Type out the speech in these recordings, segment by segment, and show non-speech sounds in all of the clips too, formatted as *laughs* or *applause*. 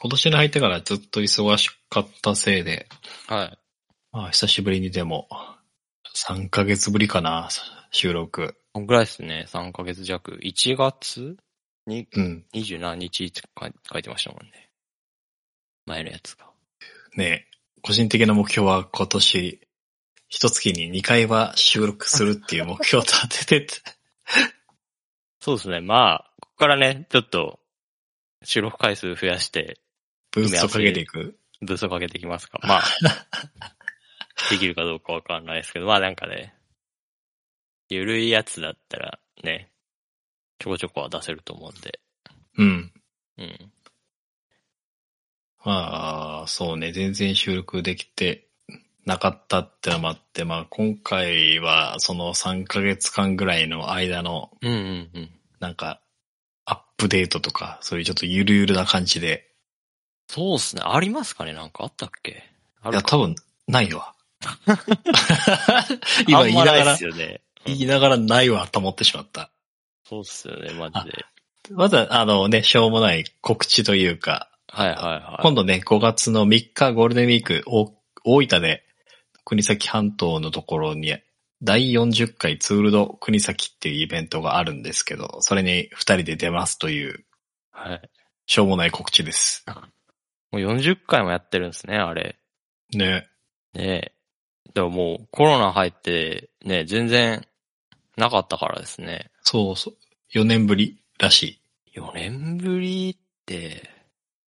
今年に入ってからずっと忙しかったせいで、はい。まあ、久しぶりにでも、3ヶ月ぶりかな、収録。こんぐらいですね。3ヶ月弱。1月にうん。 27日って書い書いてましたもんね。前のやつが。ねえ個人的な目標は今年、一月に2回は収録するっていう目標を立ててて、そうですね。まあ、ここからね、ちょっと、収録回数増やして、ブーストかけていく。ブースをかけていきますか。 *laughs* まあ、できるかどうかわかんないですけど、まあなんかね、ゆるいやつだったらね、ちょこちょこは出せると思うんで。うん。うん。まあ、そうね、全然収録できてなかったってのもあって、まあ今回はその3ヶ月間ぐらいの間の、うんうんうん。なんか、アップデートとか、そういうちょっとゆるゆるな感じで、そうっすね。ありますかねなんかあったっけあいや、るか多分、ない *laughs* わ。今言いながあんまないっらす、よね。言いながらないわと思ってしまった。そうっすよね、マジで。まずは、あのね、しょうもない告知というか、はいはいはい。今度ね、5月の3日ゴールデンウィーク、お大分で、国崎半島のところに、第40回ツールド国崎っていうイベントがあるんですけど、それに2人で出ますという、はい。しょうもない告知です。もう40回もやってるんですね、あれ。ね。ねえ。でももうコロナ入って、ね、全然なかったからですね。そうそう。4年ぶりらしい。 4年ぶりって、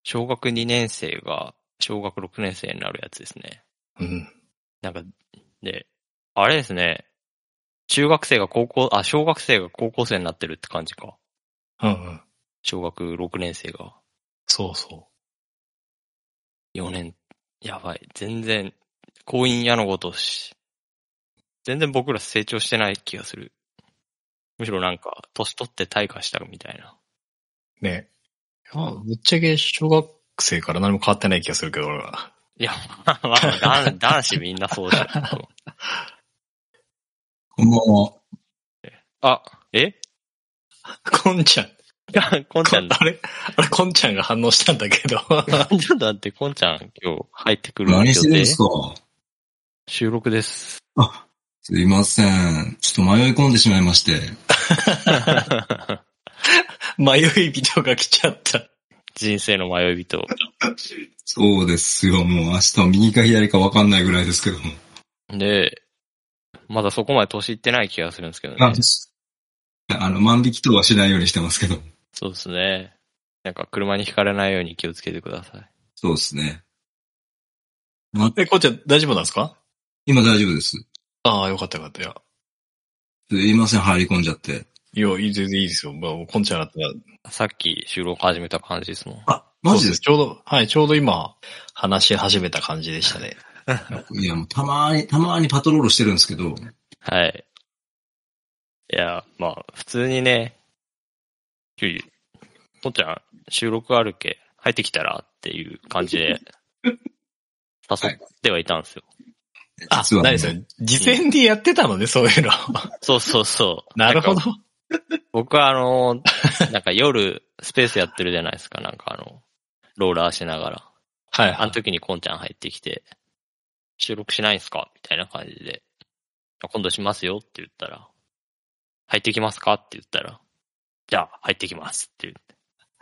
小学2年生が小学6年生になるやつですね。うん。なんか、で、あれですね。中学生が高校、あ、小学生が高校生になってるって感じか。うんうん。小学6年生が。そうそ4年。やばい。全然、婚姻矢のごとし。全然僕ら成長してない気がする。むしろなんか、年取って退化したみたい *laughs* な。う。ね。まあ、ぶっちゃけ小学生から何も変わってない気がするけど、俺は。いや、まあまあ、男男子みんなそうじ *laughs* ゃん。こんばんは。あ、え *laughs* こんちゃん。いやこんちゃんだ。あれ *laughs* あれ、こんちゃんが反応したんだけど。ちょっと待って、こんちゃん今日入ってくる何予してるん定ですか収録です。 *laughs* あ、すいません。ちょっと迷い込んでしまいまして。迷い人が来ちゃった。人生の迷い人。そうですよ。もう明日は右か左か分かんないぐらいですけども。で、まだそこまで年いってない気がするんですけどあね。あの、万引きとはしないようにしてますけど。そうですね。なんか車に轢かれないように気をつけてください。そうですね。え、こんちゃん大丈夫なんですか今大丈夫です。ああ、よかったよかった。いやすいません。入り込んじゃって。いや、いい、全然いいですよ。まあ、こんちゃんだったら。さっき収録始めた感じですもん。あ、マジですそうそうちょうど、はい、ちょうど今、話し始めた感じでしたね。かいや、もうたまーに、たまーにパトロールしてるんですけど。はい。いや、まあ、普通にね、キュリとっちゃん、収録あるけ、入ってきたらっていう感じで、誘ってはいたんですよ。あ、実はないですよ。事前にやってたのね、そういうの。そうそうそう。なるほんどか。僕はあの、なんか夜、スペースやってるじゃないですか、なんかあの、ローラーしながら。はいあはのい。時にコンちゃん入ってきて、収録しないんすかみたいな感じで、あ今度しますよって言ったら、入ってきますかって言ったら、じゃあ入ってきますって *laughs*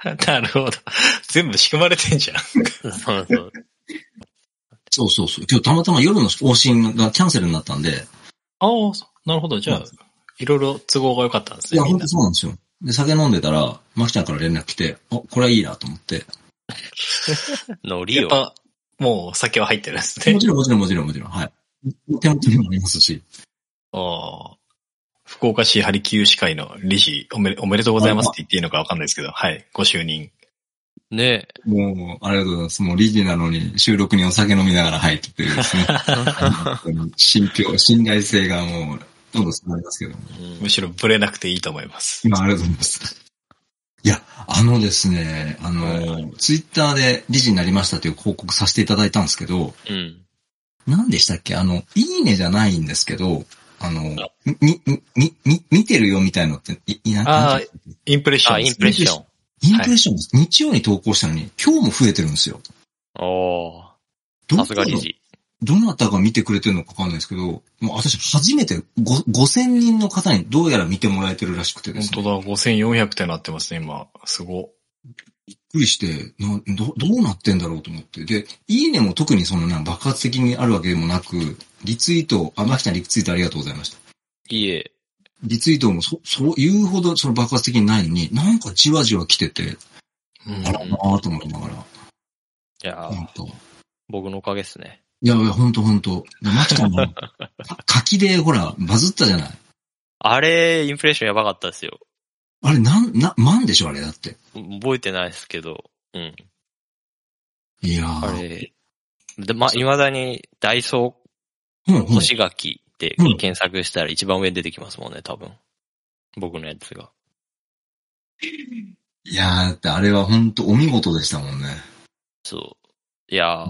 言って。 *laughs* なるほど。全部仕組まれてんじゃん。そうそう。そうそうそう。今日たまたま夜の往診がキャンセルになったんで。ああ、なるほど。じゃあ、いろいろ都合が良かったんですいね。や、みん本な当そうなんですよ。で、酒飲んでたら、マキちゃんから連絡来て、あ、これはいいなと思って。ノリやっを。ぱ、もう酒は入ってるんですねも。ちろん、もちろん、もちろん、もちろん。はい。手元にもありますし。ああ福岡市ハリキュー市会の理事おめ、おめでとうございますって言っていいのかわかんないですけど、はい、ご就任。ねもう、ありがとうございます。もう理事なのに収録にお酒飲みながら入っててですね。本当に信憑、信頼性がもう、どんどん下がりますけども。うんむしろブレなくていいと思います。今、ありがとうございます。いや、あのですね、あはいはの、ツイッターで理事になりましたという報告させていただいたんですけど、うん。何でしたっけあの、いいねじゃないんですけど、あのあ、み、み、み、み見てるよみたいのって、い、いなあーインプレッションあ、でインすプレッション。インプレッション、日曜に投稿したのに、今日も増えてるんですよ。おーさどなすたがが理事。どなたが見てくれてるのかわかんないですけど、もう私初めてご5000人の方にどうやら見てもらえてるらしくてで本すね。当だ、5400ってなってますね、今。すご。びっくりして、などどうなってんだろうと思って。で、いいねも特にそのな爆発的にあるわけでもなく、リツイート、あ、まきちゃんリツイートありがとうございました。いいえ。リツイートもそ、そう言うほどその爆発的にないのに、なんかじわじわ来てて、うんあらなぁと思いながら、いやーなんか。僕のおかげっすね。いや、いや、ほんとほんと。でまきちゃん *laughs* も、柿でほら、バズったじゃない。あれ、インプレッションやばかったですよ。あれ、なん、な、万でしょあれだって。覚えてないですけど。うん。いやーあ。れ。で、ま、未だにダイソうんー、うん干し柿でうん検索したら一番上に出てきますもんね、多分。僕のやつが。いやー、だってあれは本当お見事でしたもんね。そう。いやー。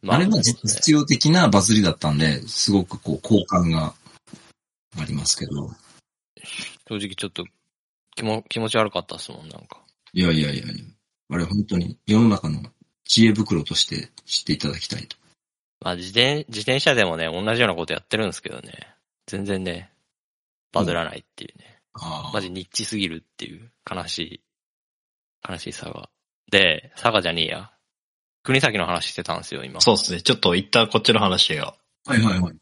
まあれはそうですね実用的なバズりだったんで、すごくこう、好感がありますけど。正直ちょっと気も気持ち悪かったっすもん、なんか。いやいやいやいや。あれ本当に世の中の知恵袋として知っていただきたいと。まあ自転、自転車でもね、同じようなことやってるんですけどね。全然ね、バズらないっていうね。あマジニッチすぎるっていう悲しい、悲しい佐賀。で、佐賀じゃねえや。国崎の話してたんですよ、今。そうですね。ちょっと一旦こっちの話が。あ。はいはいはい。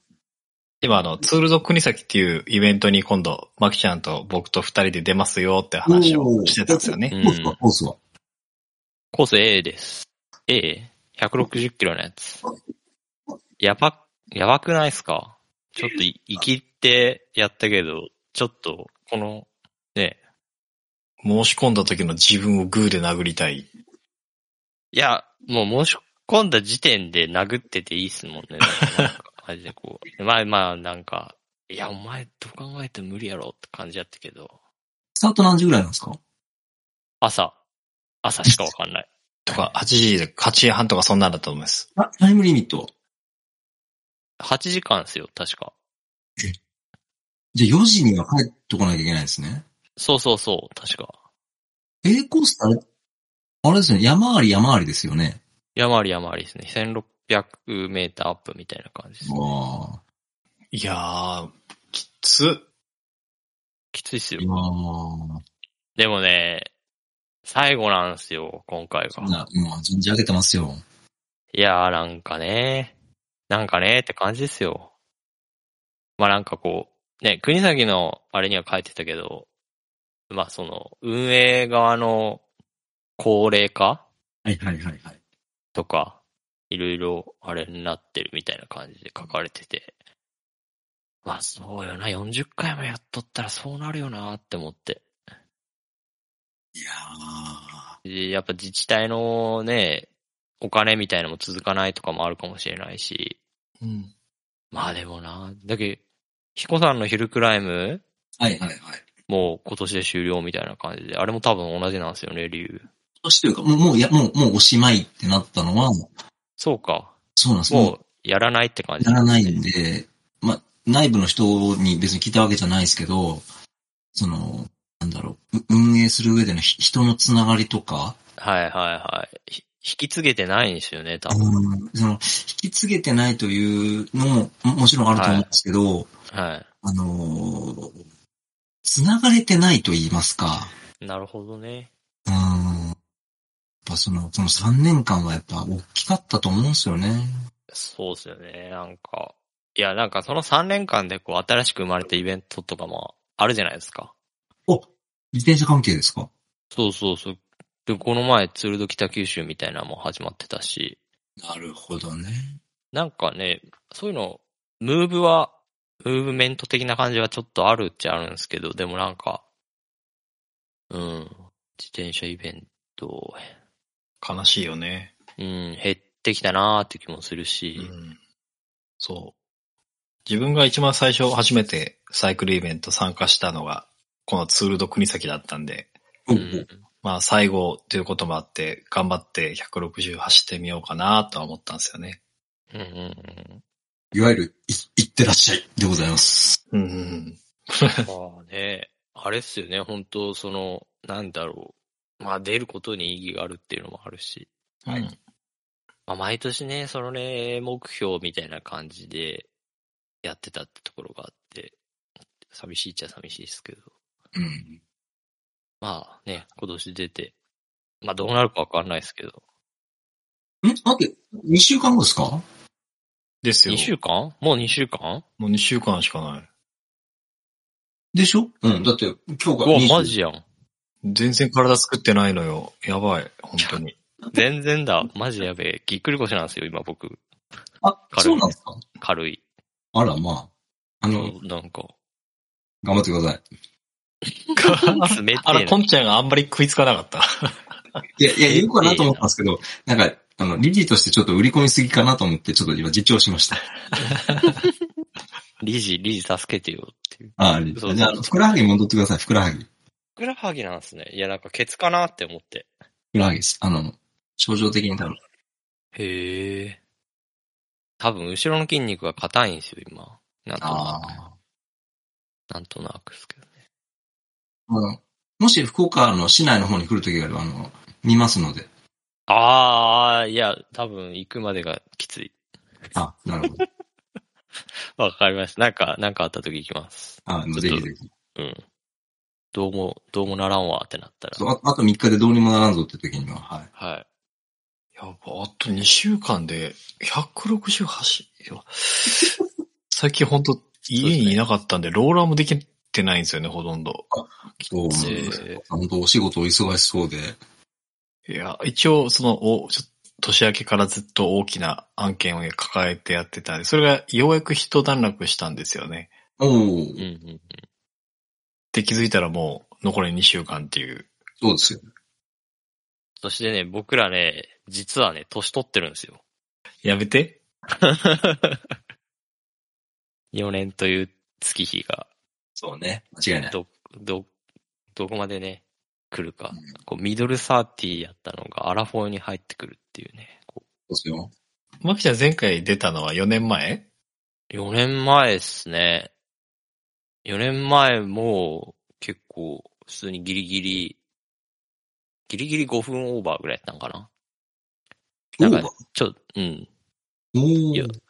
今あの、ツールド国崎っていうイベントに今度、マキちゃんと僕と二人で出ますよって話をしてたんですよね。うコんースは、コースは。コース A です。A?160 キロのやつ。やば、やばくないっすかちょっとい、生きってやったけど、ちょっと、この、ね、申し込んだ時の自分をグーで殴りたい。いや、もう申し込んだ時点で殴ってていいっすもんね。なんかマジでこう。 *laughs* まあまあ、なんか、いや、お前どう考えても無理やろって感じやったけど、スタート何時ぐらいなんですか朝、朝しかわかんない。とか、8時で、8時半とかそんなんだと思います。あタイムリミット。 8時間っすよ、確か。じゃあ4時には帰ってこなきゃいけないんですね。そうそうそう、確か。 A コースってあれ、あれですね、山あり山ありですよね。山あり山ありですね。1600メーターアップみたいな感じです。わあ。いやー、きつ。きついっすよ。今は、でもね、最後なんすよ、今回いが。や今、存じ上げてますよ。いやーなんかね、なんかねって感じですよ。まあなんかこう、ね、国崎のあれには書いてたけど、まあその、運営側の高齢化はいはいはいはい。とか、いろいろあれになってるみたいな感じで書かれてて、まあそうよな、40回もやっとったらそうなるよなって思って。いやーでやっぱ自治体のね、お金みたいのも続かないとかもあるかもしれないし、うん。まあでもな、だけど、彦さんのヒルクライム、はいはいはい。今もう今年で終了みたいな感じで、あれも多分同じなんですよね、理由。年というか、もう、もう、いや、もう、もうおしまいってなったのは、そうか。そうなんです。ももう、やらないって感う、じ。やらないんで、まあ、内部の人に別に聞いたわけじゃないですけど、その、なんだろう、う運営する上でのひ人のつながりとか、はいはいはい。ひ引き継げてないんですよね、多分。うんその、引き継げてないというのも、ももちろんあると思うんですけど、はあのー、つながれてないと言いますか、い。なるほどね。うん。やっぱその、その3年間はやっぱ大きかったと思うんですよね。そうですよね、なんか。いや、なんかその3年間でこう、新しく生まれたイベントとかもあるじゃないですか。自転車関係ですかそうそうそう。で、この前、ツールド北九州みたいなのも始まってたし、なるほどね。なんかね、そういうの、ムーブは、ムーブメント的な感じはちょっとあるっちゃあるんですけど、でもなんか、うん、自転車イベント、悲しいよね。うん、減ってきたなーって気もするうし、ん。そう。自分が一番最初初めてサイクルイベント参加したのが、このツールド国崎だったんで、う、うんん。まあ最後ということもあって、頑張って160走ってみようかなとは思ったんですよね。うん、うんうん。いわゆる、い、いってらっしゃいでございます。うんうんまあね、あれっすよね、本当その、なんだろまあ出ることに意義があるっていうのもあるし、はいうんまあ毎年ね、そのね、目標みたいな感じでやってたってところがあって、寂しいっちゃ寂しいですけど。うん。まあね、今年出て、まあどうなるかわかんないですけど。ん待って、2週間後ですかですよ。 2週間もう2週間もう2週間しかない。でしょうん。だって、今日うがわ、 20マジやん。全然体作ってないのよ。やばい、本当に。全然だ。マジやべえ。ぎっくり腰なんですよ、今僕。あ、軽いそうなんですか軽い。あら、まあ。あの、なんか。頑張ってください。冷てえな *laughs* あら、ポンちゃんがあんまり食いつかなかった。いや、いや、言うかなと思ったんですけど、なんか、あの、理事としてちょっと売り込みすぎかなと思って、ちょっと今、自重しました。理事、理事助けてよっていう。ああ、そうじゃあ、ふくらはぎ戻ってください、ふくらはぎ。ふふくらはぎなんですね。いや、なんかケツかなって思って。くらはぎです。あの、症状的に多分。へえ。多分、後ろの筋肉が硬いんですよ、今。なんとなあ。く。なんとなくですけどね。あの、もし福岡の市内の方に来るときがあれば、あの、見ますので。ああ、いや、多分、行くまでがきつい。あ、なるほど。わかりました。なんか、なんかあった時行きます。あちょっとぜひぜひ。うん。どうも、どうもならんわってなったら。そうああと3日でどうにもならんぞって時には、はい。はい。 *laughs* やば、あと2週間で168、いや、最近本当家にいなかったんで、ローラーもできてないんですよね、ほとんど。そうえなんですー本当お仕事お忙しそうで。いや、一応、その、お、ちょっと、年明けからずっと大きな案件を抱えてやってたんで、それがようやく一段落したんですよね。おお、うんうんうん。って気づいたらもう残り2週間っていう。そうですよ。そしてね、僕らね、実はね、年取ってるんですよ。やめて。 4年という月日が、そうね。間違いない。ど、ど、どこまでね、来るか。こう、ミドルサーティーやったのがアラフォーに入ってくるっていうね。こそうですよ。マキちゃん前回出たのは4年前う4年前っすね。4年前も、結構、普通にギリギリ、ギリギリ5分オーバーぐらいやったんかな。なんかおーちょ、うん。おいやー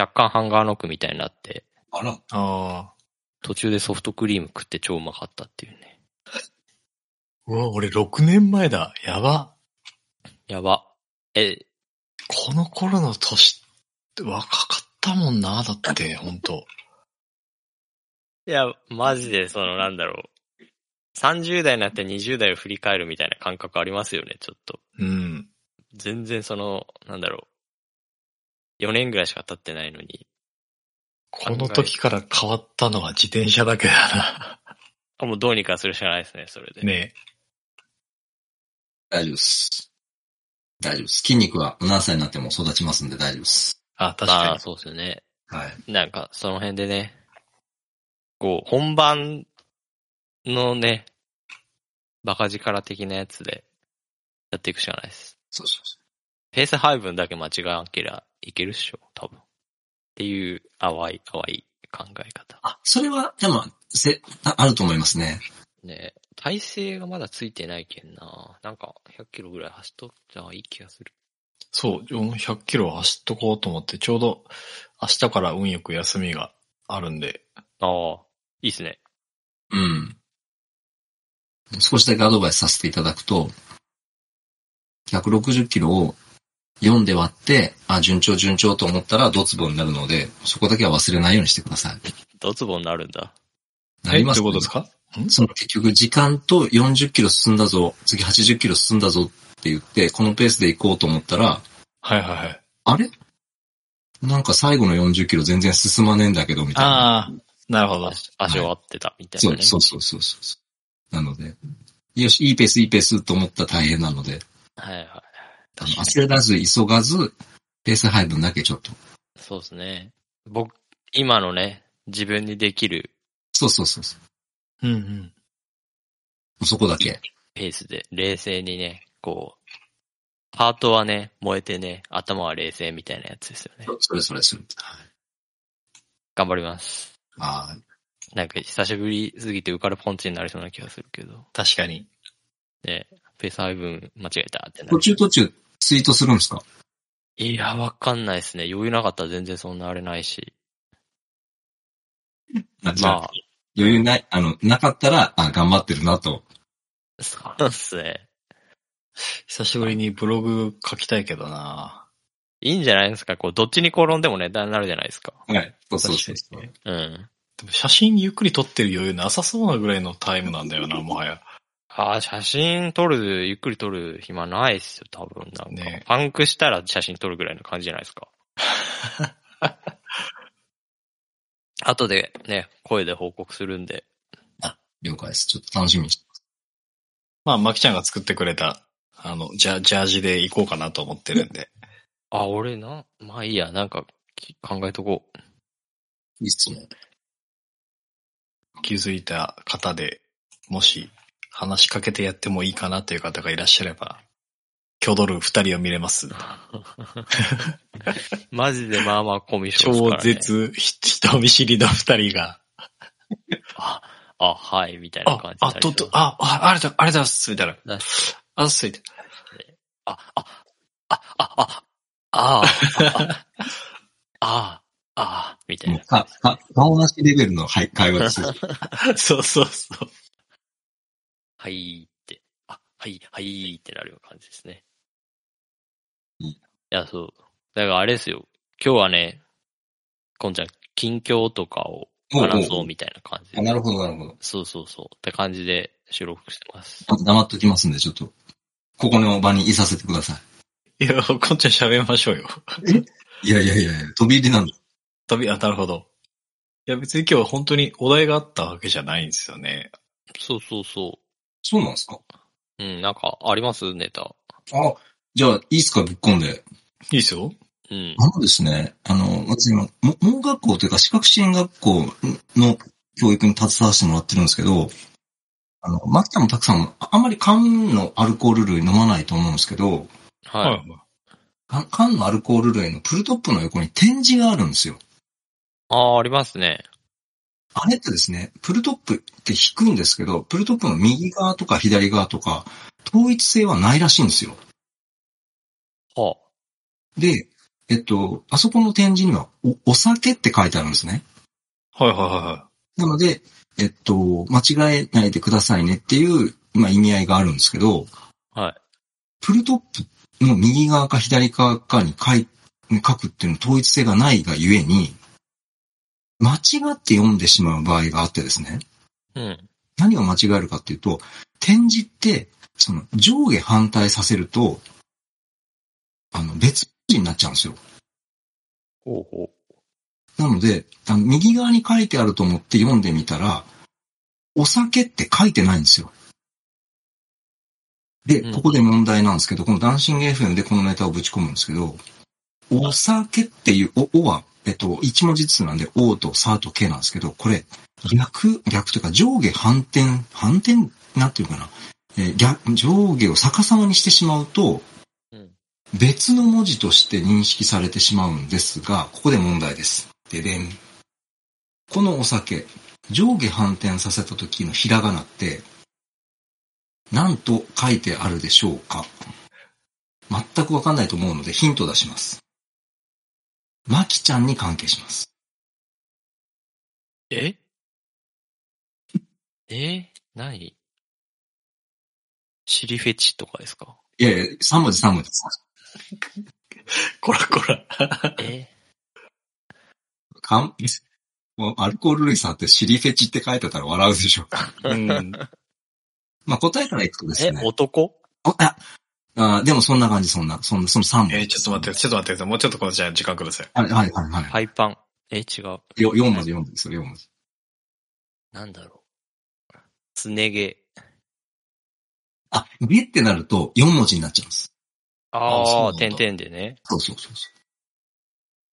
若干ハンガーノックみたいになって、あら、ああ。途中でソフトクリーム食って超うまかったっていうね。うわ、俺6年前だ。やば。やば。え、この頃の年って若かったもんな、だって、 *laughs* 本当いや、マジで、その、なんだろう。30代になって20代を振り返るみたいな感覚ありますよね、ちょっと。うん。全然その、なんだろう。4年ぐらいしか経ってないのに。この時から変わったのは自転車だけだあもうどうにかするしかないですね、それで。な。 *laughs* ね大丈夫です。大丈夫です。筋肉は何歳になっても育ちますんで大丈夫です。あ、確まあ、かそうですよね。はい。なんか、その辺でね、こう、本番のね、バカ力的なやつで、やっていくしかないです。そうそうそペース配分だけ間違わなけりゃいけるっしょ、多分。っていう淡い、淡い考え方。う。あ、それは、でも、せ、ああると思いますね。ねえ体勢がまだついてないけんな。なんか、100キロぐらい走っとったらいい気がする。に。そう、100キロ走っとこうと思って、ちょうど明日から運よく休みがあるんで、ああ、いいっすね。うん。少しだけアドバイスさせていただくと、160キロを4で割って、あ、順調順調と思ったらドツボになるので、そこだけは忘れないようにしてください。ドツボになるんだ。なえりどまういすうことですかその結局時間と40キロ進んだぞ、次80キロ進んだぞって言って、このペースで行こうと思ったら、はいはいはい。あれなんか最後の40キロ全然進まねえんだけど、みたいな。ああ、なるほど。足足を割ってた、みたいそな、ねうそうそうそうそう。なので、よし、いいペース、いいペースと思ったら大変なので、はいはい。あの焦らず、急がず、ペース配分だけちょっと。そうですね。僕、今のね、自分にできるそうそうそうそうんうん。う。そこだけ。ペースで、冷静にね、こう、ハートはね、燃えてね、頭は冷静みたいなやつですよね。それそれそれ。頑張ります。はい。なんか久しぶりすぎて浮かれポンチになりそうな気がするけど。確かに。ね、ペース配分間違えたってな途る。中途中ツイートするんですかいや、わかんないですね。余裕なかったら全然そんなあれないし。あじゃあまあ、余裕ない、あの、なかったら、あ、頑張ってるなと。そうですね。久しぶりにブログ書きたいけどないいんじゃないですか。こう、どっちに転んでもネタになるじゃないですか。はい。そうそうそうそう。うん。でも写真ゆっくり撮ってる余裕なさそうなぐらいのタイムなんだ *laughs* よな、もはや。ああ、写真撮る、ゆっくり撮る暇ないっすよ、多分。なんか、ねパンクしたら写真撮るぐらいの感じじゃないです *laughs* か。後でね、声で報告するんで。了解です。ちょっと楽しみにしてます。まあ、まきちゃんが作ってくれた、あの、ジャジャージで行こうかなと思ってるんで。あ、俺な、まあいいや、なんか、き考えとこう。いいっすね。気づいた方で、もし話しかけてやってもいいかなという方がいらっしゃれば、キョドル二人を見れます。マジでまあまあコミュ障超ですから、ね。絶ひ人見知りの二人が、あ、あ、はい、みたいな感あじ、あ、と、と、あ、あ、ありがとう、ありがとうございます、みたいな。だあ、すいて。あ、あ、あ、あ、あ、あ、あ、あ、あ、みたいもなう、。か、か、顔なしレベルの、はい、会話 *laughs* です。そうそうそう。はいって、あ、はい、はいってなるような感じですね。うんいや、そう。だからあれですよ。今日はね、こんちゃん、近況とかを話そうみたいな感じあで。なるほど、なるほど。そうそうそう。って感じで収録してます。あと黙っときますんで、ちょっと、ここの場にいさせてくださいや、こんちゃん喋りましょうよ。い。いやいやいやいや、飛び入りなんだ。飛び、あ、なるほど。いや、別に今日は本当にお題があったわけじゃないんですよね。そうそうそそうなんですかう。うん、なんかありますネタ。あ、じゃあ、いいっすか、ぶっこんで。いいですよ。うん。あのですね、あの、私今、も盲学校というか、視覚支援学校の教育に携わらせてもらってるんですけど、あの、マキちゃんもたくさん、ああんまり缶のアルコール類飲まないと思うんですけど、はい。い。缶缶のアルコール類のプルトップの横に展示があるんですよ。ああ、ありますね。あれってですね、プルトップって引くんですけど、プルトップの右側とか左側とか、統一性はないらしいんですよ。はで、えっと、あそこの展示にはお、お酒って書いてあるんですね。はいはいはいはなので、えっと、間違えないでくださいねっていう、まあ、意味合いがあるんですけど、はい。プルトップの右側か左側かに書い書くっていうの統一性がないがゆえに、間違って読んでしまう場合があってですね。い。うん。何を間違えるかっていうと、点字って、その上下反対させると、あの、別字になっちゃうんですよ。ほうほう。なので、あの右側に書いてあると思って読んでみたら、お酒って書いてないんですよ。で、うんここで問題なんですけど、このダンシング FM でこのネタをぶち込むんですけど、お酒っていう、お、おは、えっと、一文字ずつなんで、おとさとけなんですけど、これ、逆、逆というか上下反転、反転、なんていうかな、えー逆、上下を逆さまにしてしまうと、うん別の文字として認識されてしまうんですが、ここで問題です。ででん。このお酒、上下反転させた時のひらがなって、なんと書いてあるでしょうか全くわかんないと思うのでヒントを出します。まきちゃんに関係します。ええ何シリフェチとかです *laughs* かいやいや、3文字3文字。い。 *laughs* こらこら。えかん、もうアルコール類さんってシリフェチって書いてたら笑うでしょ。うん。まあ、答えからいくとですえ、ね。男おああ、でもそんな感じ、そんな、そんな、その3文 *laughs* 字。えーちょっと待って、ちょっと待ってください。もうちょっとこのじゃあ時間ください。はいはいはいはハイパン。え、違う。い。よ4文字4文字、それ4文字。なんだろう。つねげ。あ、ゲってなると4文字になっちゃうんです。あそあ、うなんだ点々でね。そうそうそうそう。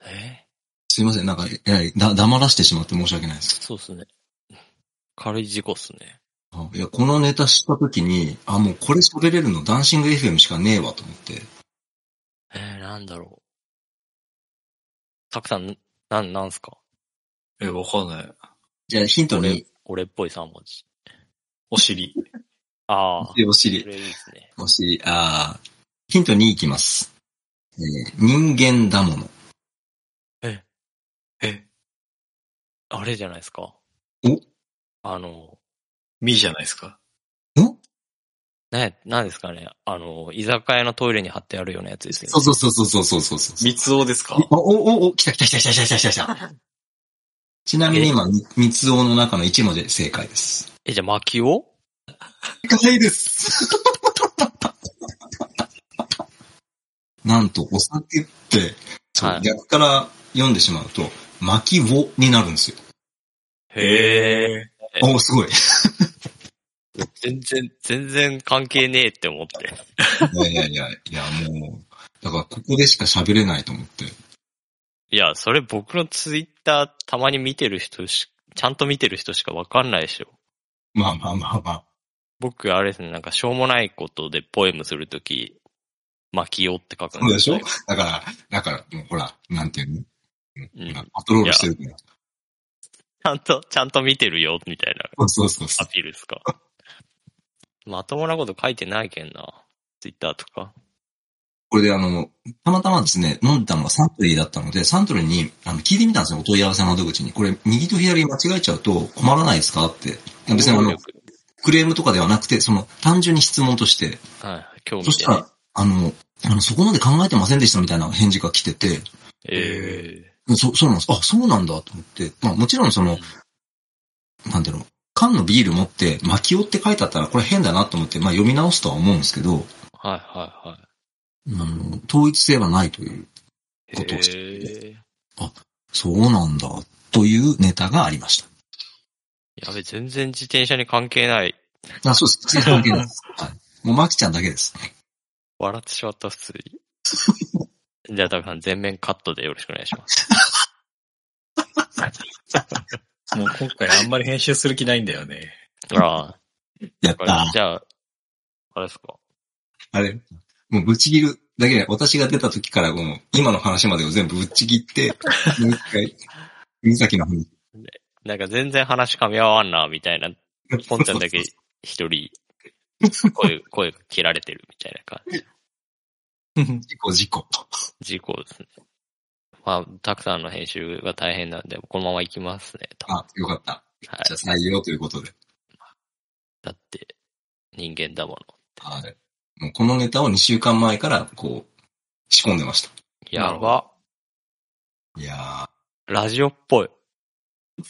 えすいません、なんか、えらい、だ、黙らしてしまって申し訳ないです。そうっすね。軽い事故っすね。あいや、このネタ知った時に、あ、もうこれ喋れるのダンシング FM しかねえわと思って。えー、なんだろう。たくさん、なん、なんすかえ、わかんない。じゃあヒント俺に、、俺っぽい三文字。お尻。ああ。でお尻そ。れいいですね。もし、あーヒント2いきます。えー人間だもの。え、あれじゃないですか。おあの、みじゃないですか。ね、なんですかね。あの、居酒屋のトイレに貼ってあるようなやつですよね。そうそうそうそうそうそうそう。三つおですかお、お、お、お、来た来た来た来た来た来た来た。ちなみに今、み三つ王の中の一文字正解です。え、じゃあ、薪を正解です。 *laughs* なんと、お酒って、そうはい逆から読んでしまうと、巻きをになるんですよ。へえ。え。おーすごい。全然、全然関係ねえって思って。いやいやいや、いやもう、だからここでしか喋れないと思って。いや、それ僕のツイッターたまに見てる人し、ちゃんと見てる人しかわかんないでしょ。まあまあまあまあ。僕、あれですね、なんかしょうもないことでポエムするとき、巻きをって書くんそうでしょよだから、だから、もうほら、なんていうのうん。ち今パトロールしてるから。ゃんと、ちゃんと見てるよ、みたいなそうそうそうそアピールですか。まともなこと書いてないけんな。ツイッターとか。う。これであの、たまたまですね、飲んでたのがサントリーだったので、サントリーにあの聞いてみたんですよ、お問い合わせ窓口に。これ、右と左間違えちゃうと困らないですかって。別にあ能の、力クレームとかではなくて、その、単純に質問として。はい、興味そでしたら、あの、あの、そこまで考えてませんでしたみたいな返事が来てて、えそ、そうなんです。あ、そうなんだと思って。まあもちろんその、なんていうの、缶のビール持って、巻きって書いてあったらこれ変だなと思って、まあ読み直すとは思うんですけーど、はいはいはあの、統一性はないという、い。ことを知ってえそうなんだ、というネタがありました。ー、やべ、全然自転車に関係ない。あ、そうです。関係ないです。はい。もうマキちゃんだけです。笑ってしまった、普通に。じゃあ、たくさん全面カットでよろしくお願いします。もう今回あんまり編集する気ないんだよね。 *laughs* あやっあ、た。じゃあ、あれですか。あれ。もうぶっちぎるだけで、私が出た時からもう、今の話までを全部ぶっちぎって、 *laughs* もう一回、水崎の話。なんか全然話噛み合わんな、みたいな。ポンちゃんだけ一人、声、声が切られてるみたいな感じ。事故事故。事故ですね。まあ、たくさんの編集が大変なんで、このまま行きますね、と。はあ、よかった。いじゃ。あ採用ということで。だって、人間だもの。はい。もうこのネタを2週間前から、こう、仕込んでました。なやるほば。いやー、あ、ラジオっぽい。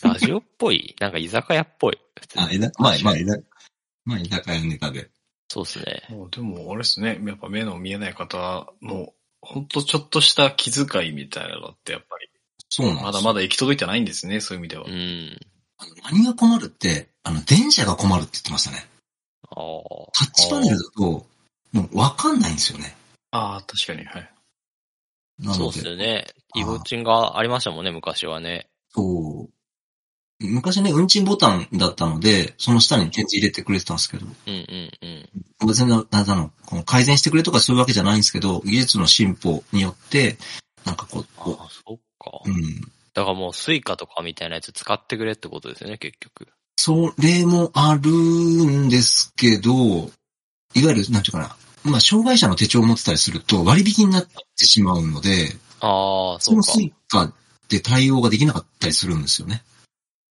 ラジオっぽいなんか居酒屋っぽい。普通にえだ、まあ、まあ、えだ、まあ、居酒屋のネタで。そうですね。もうでも、あれですね。やっぱ目の見えない方は、もう、ほんとちょっとした気遣いみたいなのって、やっぱり、そうなんです。まだまだ行き届いてないんですね、そういう意味ではう。ん。あの何が困るって、あの、電車が困るって言ってましたね。ああ。タッチパネルだと、もうわかんないんですよね。ああ、確かに、はい。なそのうで、ですそうよね。違法賃がありましたもんね、昔はね。昔ね、運賃ボタンだったので、その下に点字入れてくれてたんですけど、うんうんうん。別にな、なんだろう、この改善してくれとかそういうわけじゃないんですけど、技術の進歩によって、なんかこう、あこあ、そっかう。うん、だからもうスイカとかみたいなやつ使ってくれってことですよね、結局。それもあるんですけど、いわゆる、なんていうかな、まあ、障害者の手帳を持ってたりすると割引になってしまうので、ああ、そそうのかス。イカで対応ができなかったりするんですよね。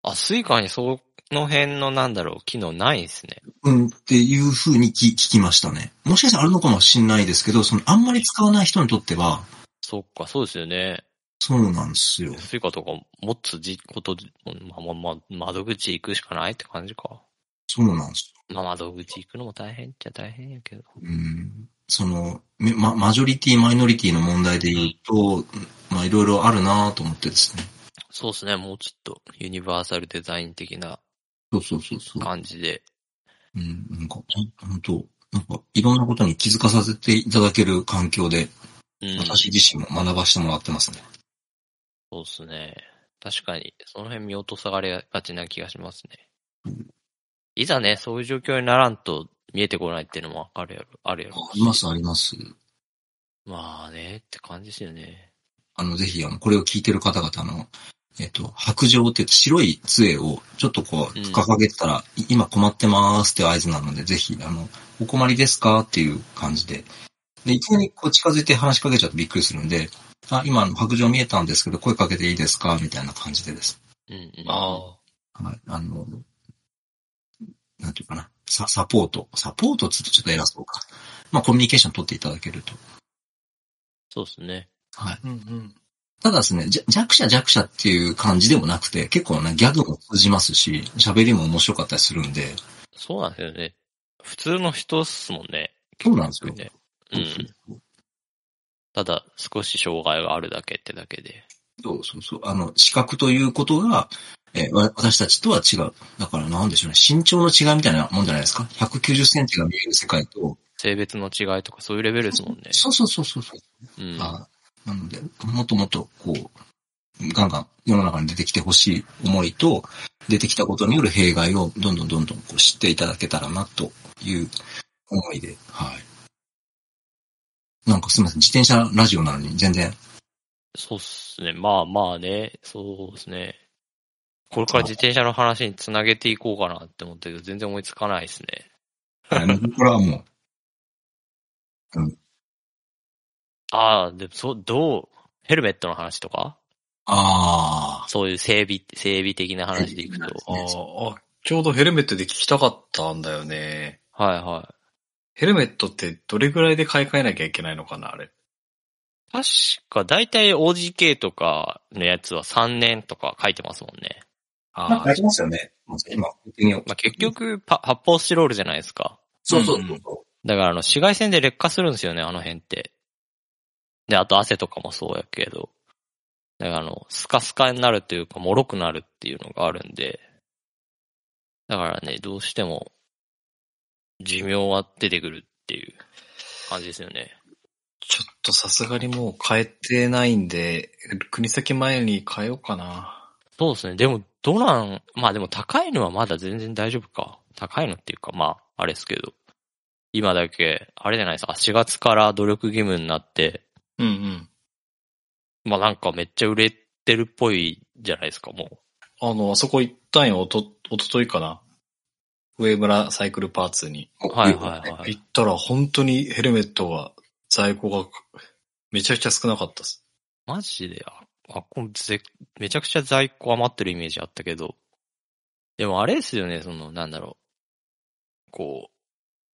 あ、スイカにその辺のなんだろう、機能ないんすね。うん、っていうふうにき聞きましたね。もしかしたらあるのかもしれないですけど、その、あんまり使わない人にとっては、そっか、そうですよね。そうなんですよ。スイカとか持つじことで、まあまあまあ、窓口行くしかないって感じか。そうなんですまあ窓口行くのも大変っちゃ大変やけど。よ。うん。その、めま、マジョリティ、マイノリティの問題で言うと、まあ、いろいろあるなと思ってですね。そうですね、もうちょっとユニバーサルデザイン的なそうそうそうそう。感じで。うん、なんか、本当なんか、いろんなことに気づかさせていただける環境で、うん。私自身も学ばせてもらってますね。そうですね。確かに、その辺見落とされがちな気がしますね。いざね、そういう状況にならんと見えてこないっていうのもわかるやろ、あるやろあ。ります、あります。まあね、って感じですよね。あの、ぜひ、あの、これを聞いてる方々の、えっと、白状っていう白い杖をちょっとこう、掲げてたら、い今困ってますっていう合図なので、ぜひ、あの、お困りですかっていう感じで。で、いきなりこう近づいて話しかけちゃうとびっくりするんで、あ、今あの白状見えたんですけど、声かけていいですかみたいな感じでです。うんうん。ああ。はい、あの、なんていうかな、ササポート。サポートっつうとちょっと偉そうか。まあ、コミュニケーション取っていただけると。そうですね。はい。うんうん。ただですね、じゃ弱者弱者っていう感じでもなくて、結構ね、ギャグも通じますし、喋りも面白かったりするんで、そうなんですよね。普通の人っすもんね。そうなんですよ。ね。うん。ただ、少し障害があるだけってだけで。そうそうそう。あの、視覚ということが、えーわ私たちとは違う。だからなんでしょうね。身長の違いみたいなもんじゃないですか。190センチが見える世界と、性別の違いとかそういうレベルですもんね。そうそうそうそうそう。うん。あなので、もっともっと、こう、ガンガン世の中に出てきてほしい思いと、出てきたことによる弊害をどんどんどんどんこう知っていただけたらな、という思いで、はい。なんかすみません、自転車ラジオなのに全然、そうっすね。まあまあね。そうですね。これから自転車の話につなげていこうかなって思ったけど、全然思いつかないですね。はいこれはもう、うん、ああ、でも、そう、どう、ヘルメットの話とかあそういう整備、整備的な話でいくと。あーあ、ちょうどヘルメットで聞きたかったんだよね。はいはヘルメットってどれぐらいで買い替えなきゃいけないのかな、あれ。い。確か、だいたい OGK とかのやつは3年とか書いてますもんね。あ、ありますよね。今、まあ、結局、パ発泡スチロールじゃないですか。そうそううん。そううんだからあの、紫外線で劣化するんですよね、あの辺って。で、あと汗とかもそうやけど。だからあの、スカスカになるというか、脆くなるっていうのがあるんで。だからね、どうしても、寿命は出てくるっていう感じですよね。ちょっとさすがにもう変えてないんで、国先前に変えようかな。そうですね。でも、どなん、まあでも高いのはまだ全然大丈夫か。高いのっていうか、まあ、あれですけど。今だけ、あれじゃないですか。4月から努力義務になって、うんうん。まあなんかめっちゃ売れてるっぽいじゃないですか、もう。あの、あそこ行ったんよ、おと、おとといかな。上村サイクルパーツに。はいはいはい。行ったら本当にヘルメットが、在庫がめちゃくちゃ少なかったっす。マジで、あ、あこれぜめちゃくちゃ在庫余ってるイメージあったけど。でもあれですよね、その、なんだろう。こ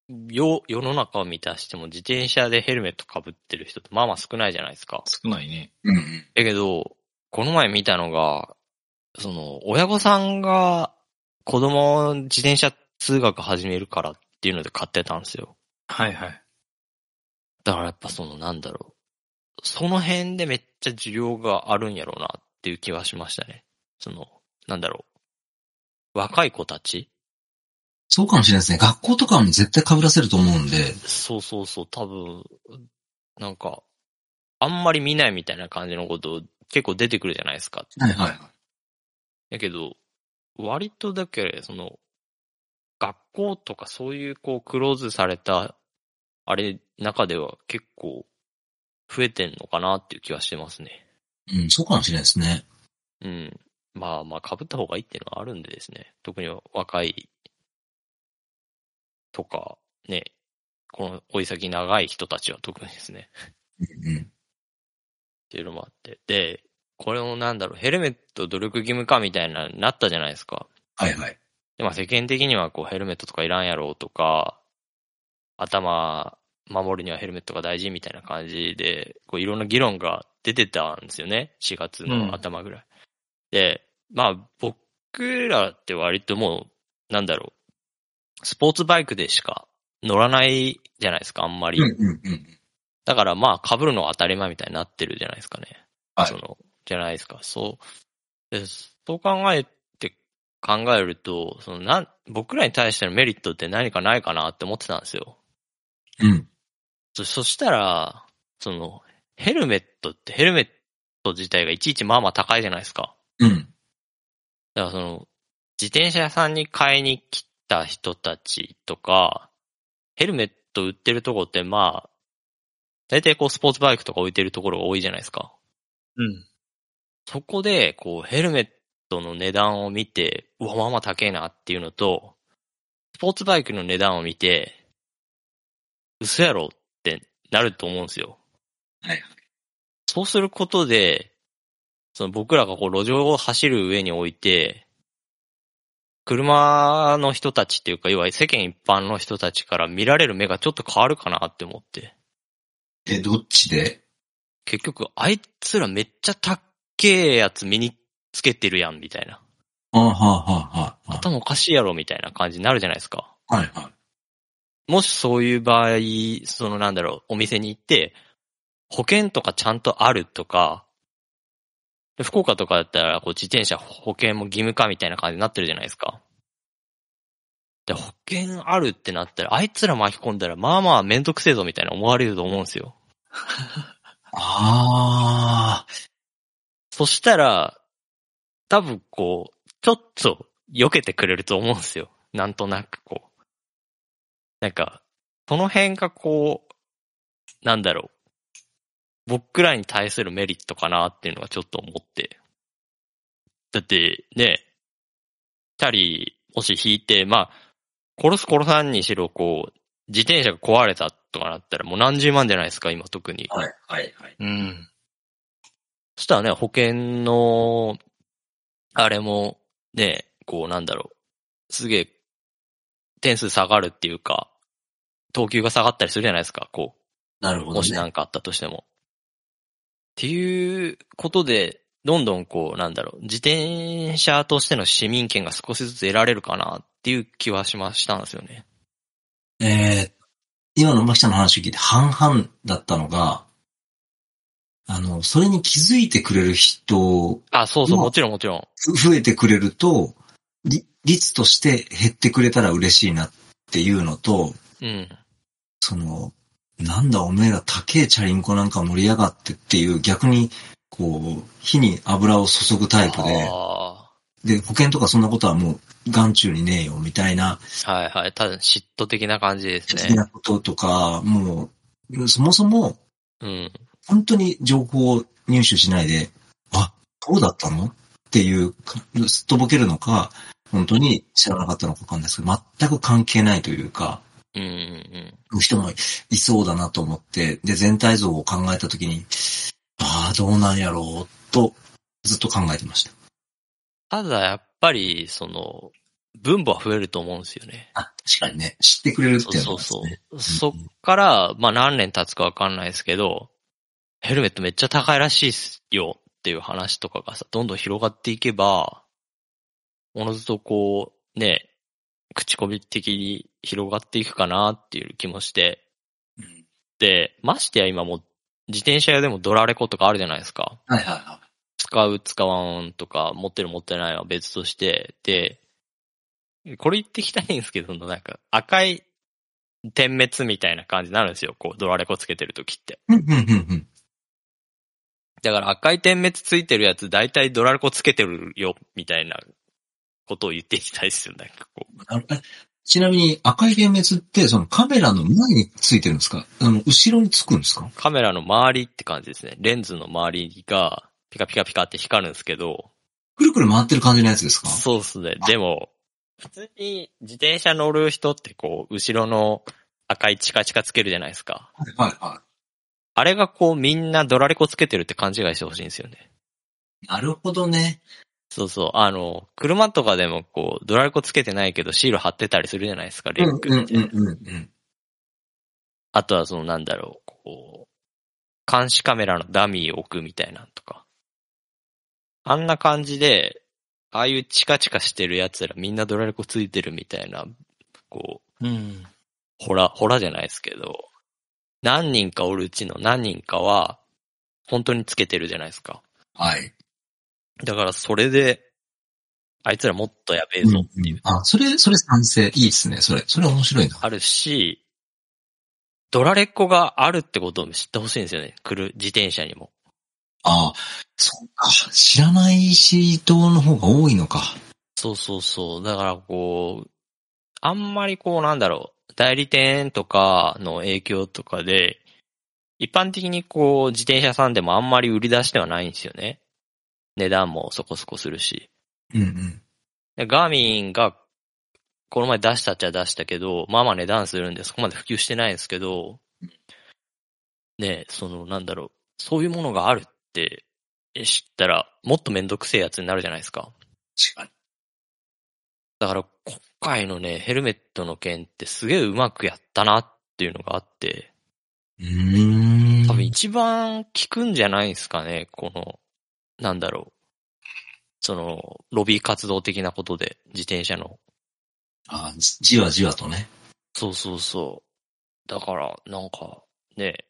う、よ、世の中を満たしても自転車でヘルメット被ってる人ってまあまあ少ないじゃないですか。少ないね。うんうん。だけど、この前見たのが、その、親御さんが子供を自転車通学始めるからっていうので買ってたんですよ。はいはい。だからやっぱそのなんだろう。その辺でめっちゃ需要があるんやろうなっていう気はしましたね。その、なんだろう。若い子たちそうかもしれないですね。学校とかも絶対被らせると思うんで、そうそうそう、多分、なんか、あんまり見ないみたいな感じのこと結構出てくるじゃないですか。はいはい。だけど、割とだけ、その、学校とかそういうこうクローズされた、あれ、中では結構増えてんのかなっていう気はしてますね。うん、そうかもしれないですね。うん。まあまあ、被った方がいいっていうのはあるんでですね。特に若いとか、ね、この追い先長い人たちは特にですね。っうん。ていうのもあって。で、これもなんだろう、ヘルメット努力義務化みたいな、なったじゃないですか。はいはい。で、まあ世間的にはこうヘルメットとかいらんやろうとか、頭守るにはヘルメットが大事みたいな感じで、こういろんな議論が出てたんですよね。4月の頭ぐらい。で、まあ僕らって割ともう、なんだろう。スポーツバイクでしか乗らないじゃないですか、あんまり。うんうんうん。だからまあ被るのは当たり前みたいになってるじゃないですかね。はいその、じゃないですか。そう。でそう考えて、考えると、そのなん、僕らに対してのメリットって何かないかなって思ってたんですよ。うん。そ、そしたら、その、ヘルメットってヘルメット自体がいちいちまあまあ高いじゃないですか。うだん。からその、自転車屋さんに買いに来た人たちとか、ヘルメット売ってるとこってまあ、大体こうスポーツバイクとか置いてるところが多いじゃないですか。うん。そこで、こう、ヘルメットの値段を見て、うわ、まあまあ高えなっていうのと、スポーツバイクの値段を見て、嘘やろってなると思うんですよ。はい。そうすることで、その僕らがこう路上を走る上において、車の人たちっていうか、要は世間一般の人たちから見られる目がちょっと変わるかなって思って。え、どっちで結局、あいつらめっちゃたっけえやつ身につけてるやん、みたいな。あはあはあは頭おかしいやろ、みたいな感じになるじゃないですか。あ。はいはい。もしそういう場合、そのなんだろう、お店に行って、保険とかちゃんとあるとか、で福岡とかだったら、こう自転車保険も義務化みたいな感じになってるじゃないですか。で、保険あるってなったら、あいつら巻き込んだら、まあまあめんどくせえぞみたいな思われると思うんですよ。あそしたら、多分こう、ちょっと避けてくれると思うんですよ。なんとなくこう。なんか、その辺がこう、なんだろう。僕らに対するメリットかなっていうのがちょっと思って。だって、ね、チャリ、もし引いて、まあ、殺す殺さんにしろ、こう、自転車が壊れたとかなったら、もう何十万じゃないですか、今特に。あ。はいはいはい。うん。そしたらね、保険の、あれも、ね、こうなんだろう。すげえ、点数下がるっていうか、等級が下がったりするじゃないですか、こなるう。ほどもしね。なんかあったとしても。っていうことで、どんどんこう、なんだろう、自転車としての市民権が少しずつ得られるかなっていう気はしましたんですよね。えー、今のマキちゃんの話を聞いて半々だったのが、あの、それに気づいてくれる人、あ、そうそう、まあもちろんもちろん。ふ増えてくれると、り率として減ってくれたら嬉しいなっていうのと、うん。その、なんだおめえら高えチャリンコなんか盛り上がってっていう逆に、こう、火に油を注ぐタイプで、あで、保険とかそんなことはもう眼中にねえよみたいな、あ。はいはい。ただ、嫉妬的な感じです好きね。なこととか、もう、そもそもうん。本当に情報を入手しないで、あ、そうだったのっていう、かすっとぼけるのか、本当に知らなかったのかわかんないですけど、全く関係ないというか、うんうんうん。人もいそうだなと思って、で、全体像を考えたときに、ああ、どうなんやろう、と、ずっと考えてました。ただやっぱり、その、分母は増えると思うんですよね。あ、確かにね、知ってくれるそうっていうのそはうですそね。う。そっから、まあ何年経つかわかんないですけど、ヘルメットめっちゃ高いらしいっすよっていう話とかがさ、どんどん広がっていけば、おのずとこう、ね、口コミ的に広がっていくかなっていう気もして。うんで、ましてや今もう自転車屋でもドラレコとかあるじゃないですか。はいはいは使う、使わんとか、持ってる、持ってないは別として、で、これ言ってきたいんですけど、そのなんか、赤い点滅みたいな感じになるんですよ。こう、ドラレコつけてるときって。い。うんうんうんうん。だから赤い点滅ついてるやつ、だいたいドラレコつけてるよ、みたいなことを言っていきたいですよ。なんかこう。あのえちなみに赤い幻滅ってそのカメラの前についてるんですかあの、後ろにつくんですかカメラの周りって感じですね。レンズの周りが、ピカピカピカって光るんですけど、くるくる回ってる感じのやつですかそうっすね。でも、普通に自転車乗る人ってこう、後ろの赤いチカチカつけるじゃないですか。はいはいはあれがこうみんなドラレコつけてるって勘違いしてほしいんですよね。い。なるほどね。そうそう。あの、車とかでもこう、ドラレコつけてないけどシール貼ってたりするじゃないですか、レックみたいな。うんうん。あとはそのなんだろう、こう、監視カメラのダミーを置くみたいなんとか。あんな感じで、ああいうチカチカしてる奴らみんなドラレコついてるみたいな、こう、うん。ほら、ほらじゃないですけど、何人かおるうちの何人かは、本当につけてるじゃないですか。はい。だからそれで、あいつらもっとやべえぞっていう、あ、それ、それ賛成。いいですね。それ、それ面白いな。あるし、ドラレッコがあるってことも知ってほしいんですよね。来る、自転車にも。ああ、そっか。知らない人の方が多いのか。そうそうそう。だからこう、あんまりこうなんだろう、代理店とかの影響とかで、一般的にこう、自転車さんでもあんまり売り出してはないんですよね。値段もそこそこするし。うんうん。でガーミンが、この前出したっちゃ出したけど、まあまあ値段するんで、そこまで普及してないんですけど、ねえその、なんだろう、そういうものがあるってえ知ったら、もっとめんどくせえやつになるじゃないですか。違う。だから、今回のね、ヘルメットの件ってすげえうまくやったなっていうのがあって、うーん。多分一番効くんじゃないですかね、この、なんだろう。その、ロビー活動的なことで、自転車の。あじじわじわとね。そうそうそう。だから、なんか、ね、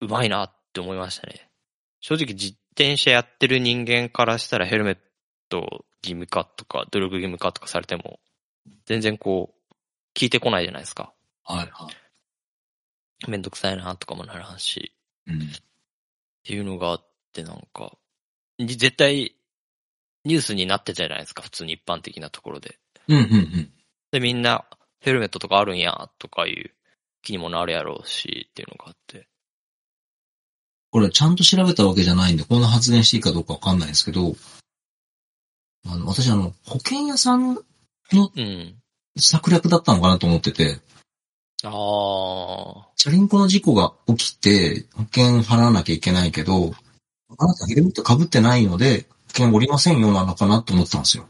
うまいなって思いましたね。正直自転車やってる人間からしたらヘルメット義務化とか、努力義務化とかされても、全然こう、聞いてこないじゃないですか。はいはめんどくさいなとかもならんし。い。うん。っていうのがあって、なんか、に絶対、ニュースになってたじゃないですか、普通に一般的なところで。うんうんうん。で、みんな、ヘルメットとかあるんや、とかいう気にもなるやろうし、っていうのがあって。これちゃんと調べたわけじゃないんで、こんな発言していいかどうかわかんないんですけど、あの、私あの、保険屋さんのうん。策略だったのかなと思ってて、ああ、チャリンコの事故が起きて、保険払わなきゃいけないけど、あなたヘルメット被ってないので、保険おりませんよなのかなと思ってたんですよ。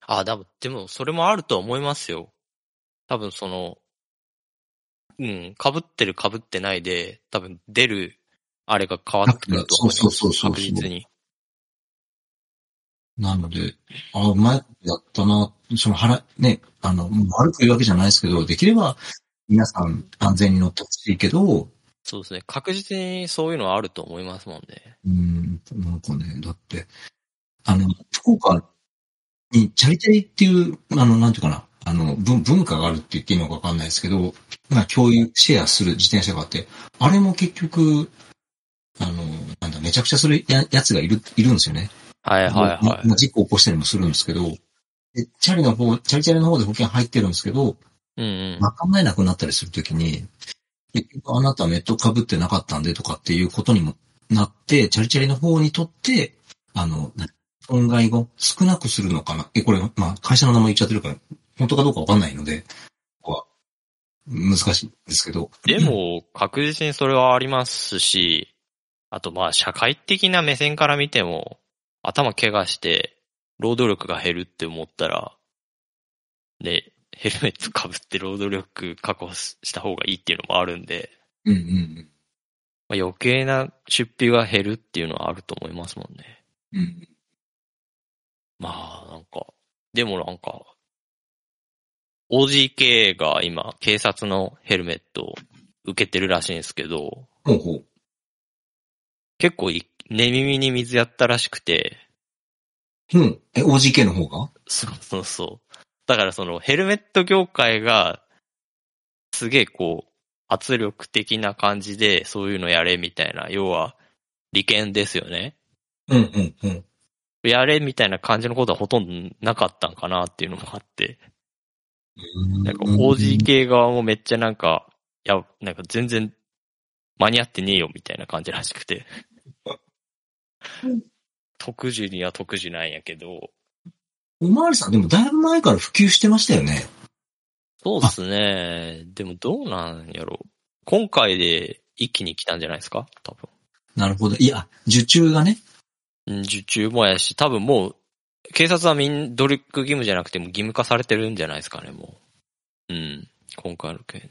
あでも、でも、それもあるとは思いますよ。多分、その、うん、被ってる被ってないで、多分、出る、あれが変わってくると思います。そうそうそうそう確実に。なので、あ、うまいことやったな、その払、ね、あの、もう悪く言うわけじゃないですけど、できれば皆さん安全に乗ってほしいけど、そうですね。確実にそういうのはあると思いますもんね。うん、なんかね、だって、あの、福岡にチャリテリっていう、あの、なんていうかな、あの、文文化があるって言っていいのかわかんないですけど、まあ、共有、シェアする自転車があって、あれも結局、あの、なんだ、めちゃくちゃするややつがいる、いるんですよね。はいはいまはあいまあ事故起こしたりもするんですけど、でチャリの方、チャリチャリの方で保険入ってるんですけど、。うんうん。まかないなくなったりするときに、結局あなたメット被ってなかったんでとかっていうことにもなって、チャリチャリの方にとって、あの、な損害を少なくするのかな。え、これ、まあ、会社の名前言っちゃってるから、本当かどうかわかんないので、ここは、難しいんですけど。でも、確実にそれはありますし、あとまあ、社会的な目線から見ても、頭怪我して、労働力が減るって思ったら、で、ヘルメット被って労働力確保した方がいいっていうのもあるんで、うんうんまあ、余計な出費が減るっていうのはあると思いますもんね。うん。うん。まあ、なんか、でもなんか、OGK が今、警察のヘルメットを受けてるらしいんですけど、ほうほう。結構い、寝耳に水やったらしくて、うん。え、OGK の方がそうそうそう。だからそのヘルメット業界が、すげえこう、圧力的な感じで、そういうのやれみたいな、要は、利権ですよね。うんうんうん。やれみたいな感じのことはほとんどなかったんかなっていうのもあって、なんか OGK 側もめっちゃなんか、いや、なんか全然間に合ってねえよみたいな感じらしくて。特需には特需なんやけど、おまわりさん、でもだいぶ前から普及してましたよね。そうですね。でもどうなんやろ今回で一気に来たんじゃないですか多なるほど。いや、受注がね。分。ん受注もやし、多分もう、警察はみん、努力義務じゃなくても義務化されてるんじゃないですかね、もう。うん。今回の件で。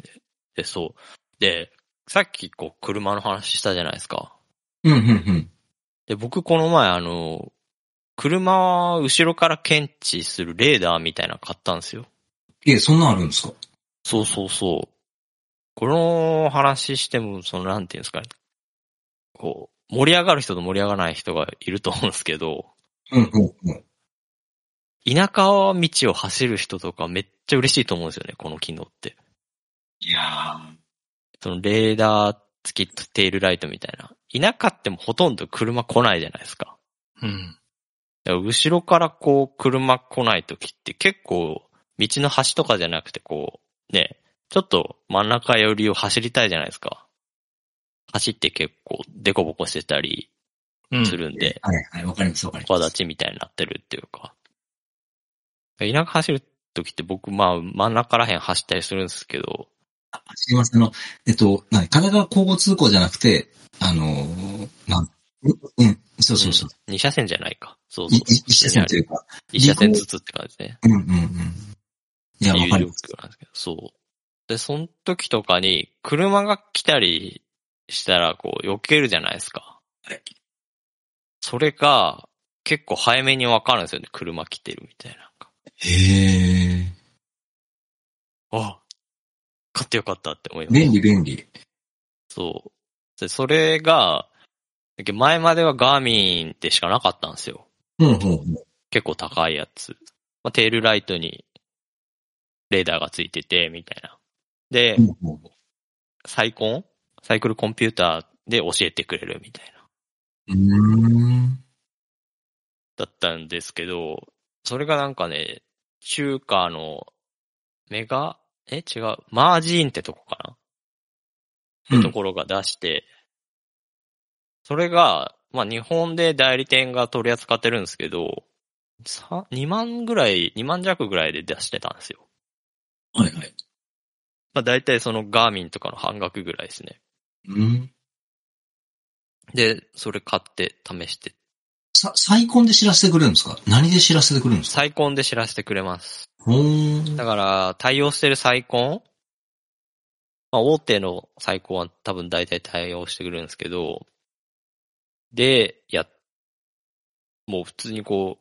で、そう。で、さっきこう、車の話したじゃないですか。うんうんうん。で、僕この前あの、車は後ろから検知するレーダーみたいなの買ったんですよ。え、そんなんあるんですかそうそうそう。この話しても、その、なんていうんですかね。こう、盛り上がる人と盛り上がらない人がいると思うんですけど、うんうんうん。田舎道を走る人とかめっちゃ嬉しいと思うんですよね、この機能って。いやー。そのレーダー付きテールライトみたいな。田舎ってもうほとんど車来ないじゃないですか。うん。だから後ろからこう車来ない時って結構道の端とかじゃなくてこうね、ちょっと真ん中寄りを走りたいじゃないですか。走って結構デコボコしてたり、うん。するんで、はい、はい、わかります、わかりわまだす。ちみたいになってるっていうか。田舎走るときって僕、まあ、真ん中ら辺走ったりするんですけど、あすいません、あの、えっと、な神奈川交互通行じゃなくて、あのーなん、うん、そうそうそう。 2車線じゃないか。そうそ。いう一車線というか、一車線ずつって感じですね。うんうんうん。いや、ってわいう状況なかりんま。ですすけど、そう。で、その時とかに、車が来たりしたら、こう、避けるじゃないですか。はいそれが、結構早めにわかるんですよね。車来てるみたいな。へえ。あ買ってよかったって思います。便利便利。そう。で、それが、だけど前まではガーミンでしかなかったんですよ。うんうんうん。結構高いやつ。まあ、テールライトにレーダーがついてて、みたいな。で、うんうんサイコンサイクルコンピューターで教えてくれるみたいな。うーん。だったんですけど、それがなんかね、中華のメガ、え違う、マージーンってとこかな、うんってところが出して、それが、まあ日本で代理店が取り扱ってるんですけど、さ2万ぐらい、2万弱ぐらいで出してたんですよ。はいはい。まあ大体そのガーミンとかの半額ぐらいですね。うん。で、それ買って試して、さ、再婚で知らせてくれるんですか何で知らせてくれるんですかサイコンで知らせてくれます。ほーん。だから、対応してるサイコンまあ、大手のサイコンは多分大体対応してくれるんですけど、で、や、もう普通にこ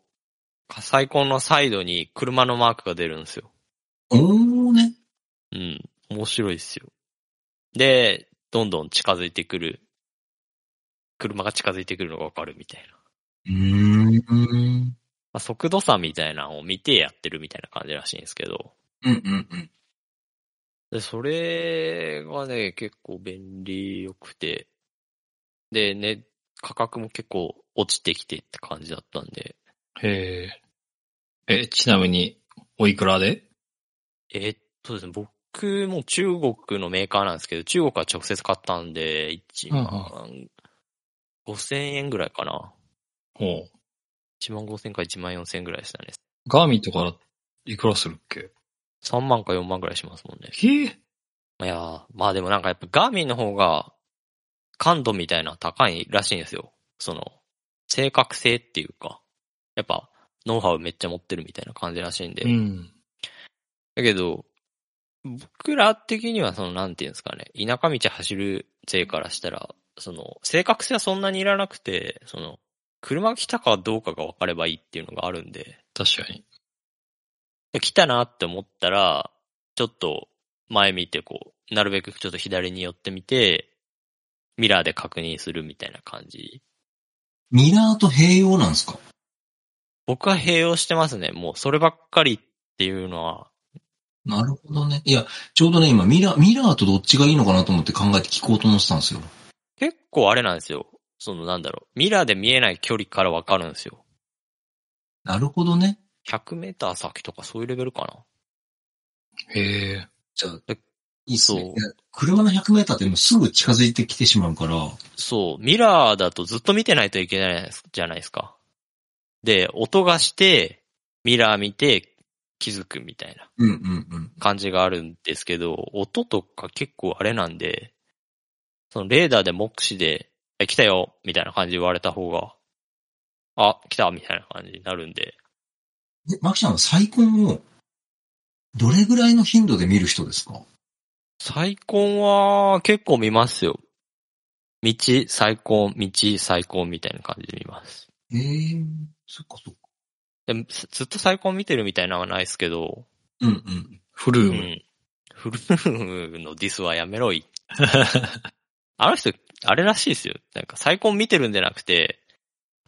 う、サイコンのサイドに車のマークが出るんですよ。おーね。うん。面白いですよ。で、どんどん近づいてくる。車が近づいてくるのがわかるみたいな。うーん。まあ、速度差みたいなのを見てやってるみたいな感じらしいんですけど。うんうんうん。で、それがね、結構便利よくて、でね、価格も結構落ちてきてって感じだったんで、へえ。え、ちなみに、おいくらでえーっとですね、僕も中国のメーカーなんですけど、中国は直接買ったんで、1万5000円ぐらいかな。おう1万5000か1万4000ぐらいでしたね。ガーミンとかいくらするっけ3万か4万ぐらいしますもんね。へえ。いやーまあでもなんかやっぱガーミンの方が感度みたいなの高いらしいんですよ。その、正確性っていうか、やっぱノウハウめっちゃ持ってるみたいな感じらしいんで。うん。だけど、僕ら的にはそのなんていうんですかね、田舎道走る勢からしたら、その、正確性はそんなにいらなくて、その、車が来たかどうかが分かればいいっていうのがあるんで。確かに。来たなって思ったら、ちょっと前見てこう、なるべくちょっと左に寄ってみて、ミラーで確認するみたいな感じ。ミラーと併用なんですか僕は併用してますね。もうそればっかりっていうのは、なるほどね。いや、ちょうどね、今、ミラー、ミラーとどっちがいいのかなと思って考えて聞こうと思ってたんですよ。結構あれなんですよ。そのなんだろう、ミラーで見えない距離からわかるんですよ。なるほどね。 100メーター先とかそういうレベルかな。へえ。じゃあ、いいっすそうね。いや車の100メーターってもうすぐ近づいてきてしまうから、そう、ミラーだとずっと見てないといけないじゃないですか。で、音がして、ミラー見て気づくみたいな。うんうんうん。感じがあるんですけど、音とか結構あれなんで、そのレーダーで目視で、え来たよみたいな感じで言われた方が、あ、来たみたいな感じになるんで、で、マキさんは再婚を、どれぐらいの頻度で見る人ですか再婚は結構見ますよ。道、再婚、道、再婚みたいな感じで見ます。ええそっかそっか。でもずずっと再婚見てるみたいなのはないですけど、うんうん。フルーうム。ん。フルームのディスはやめろい。 *laughs* あの人、あれらしいですよ。なんか、再婚見てるんじゃなくて、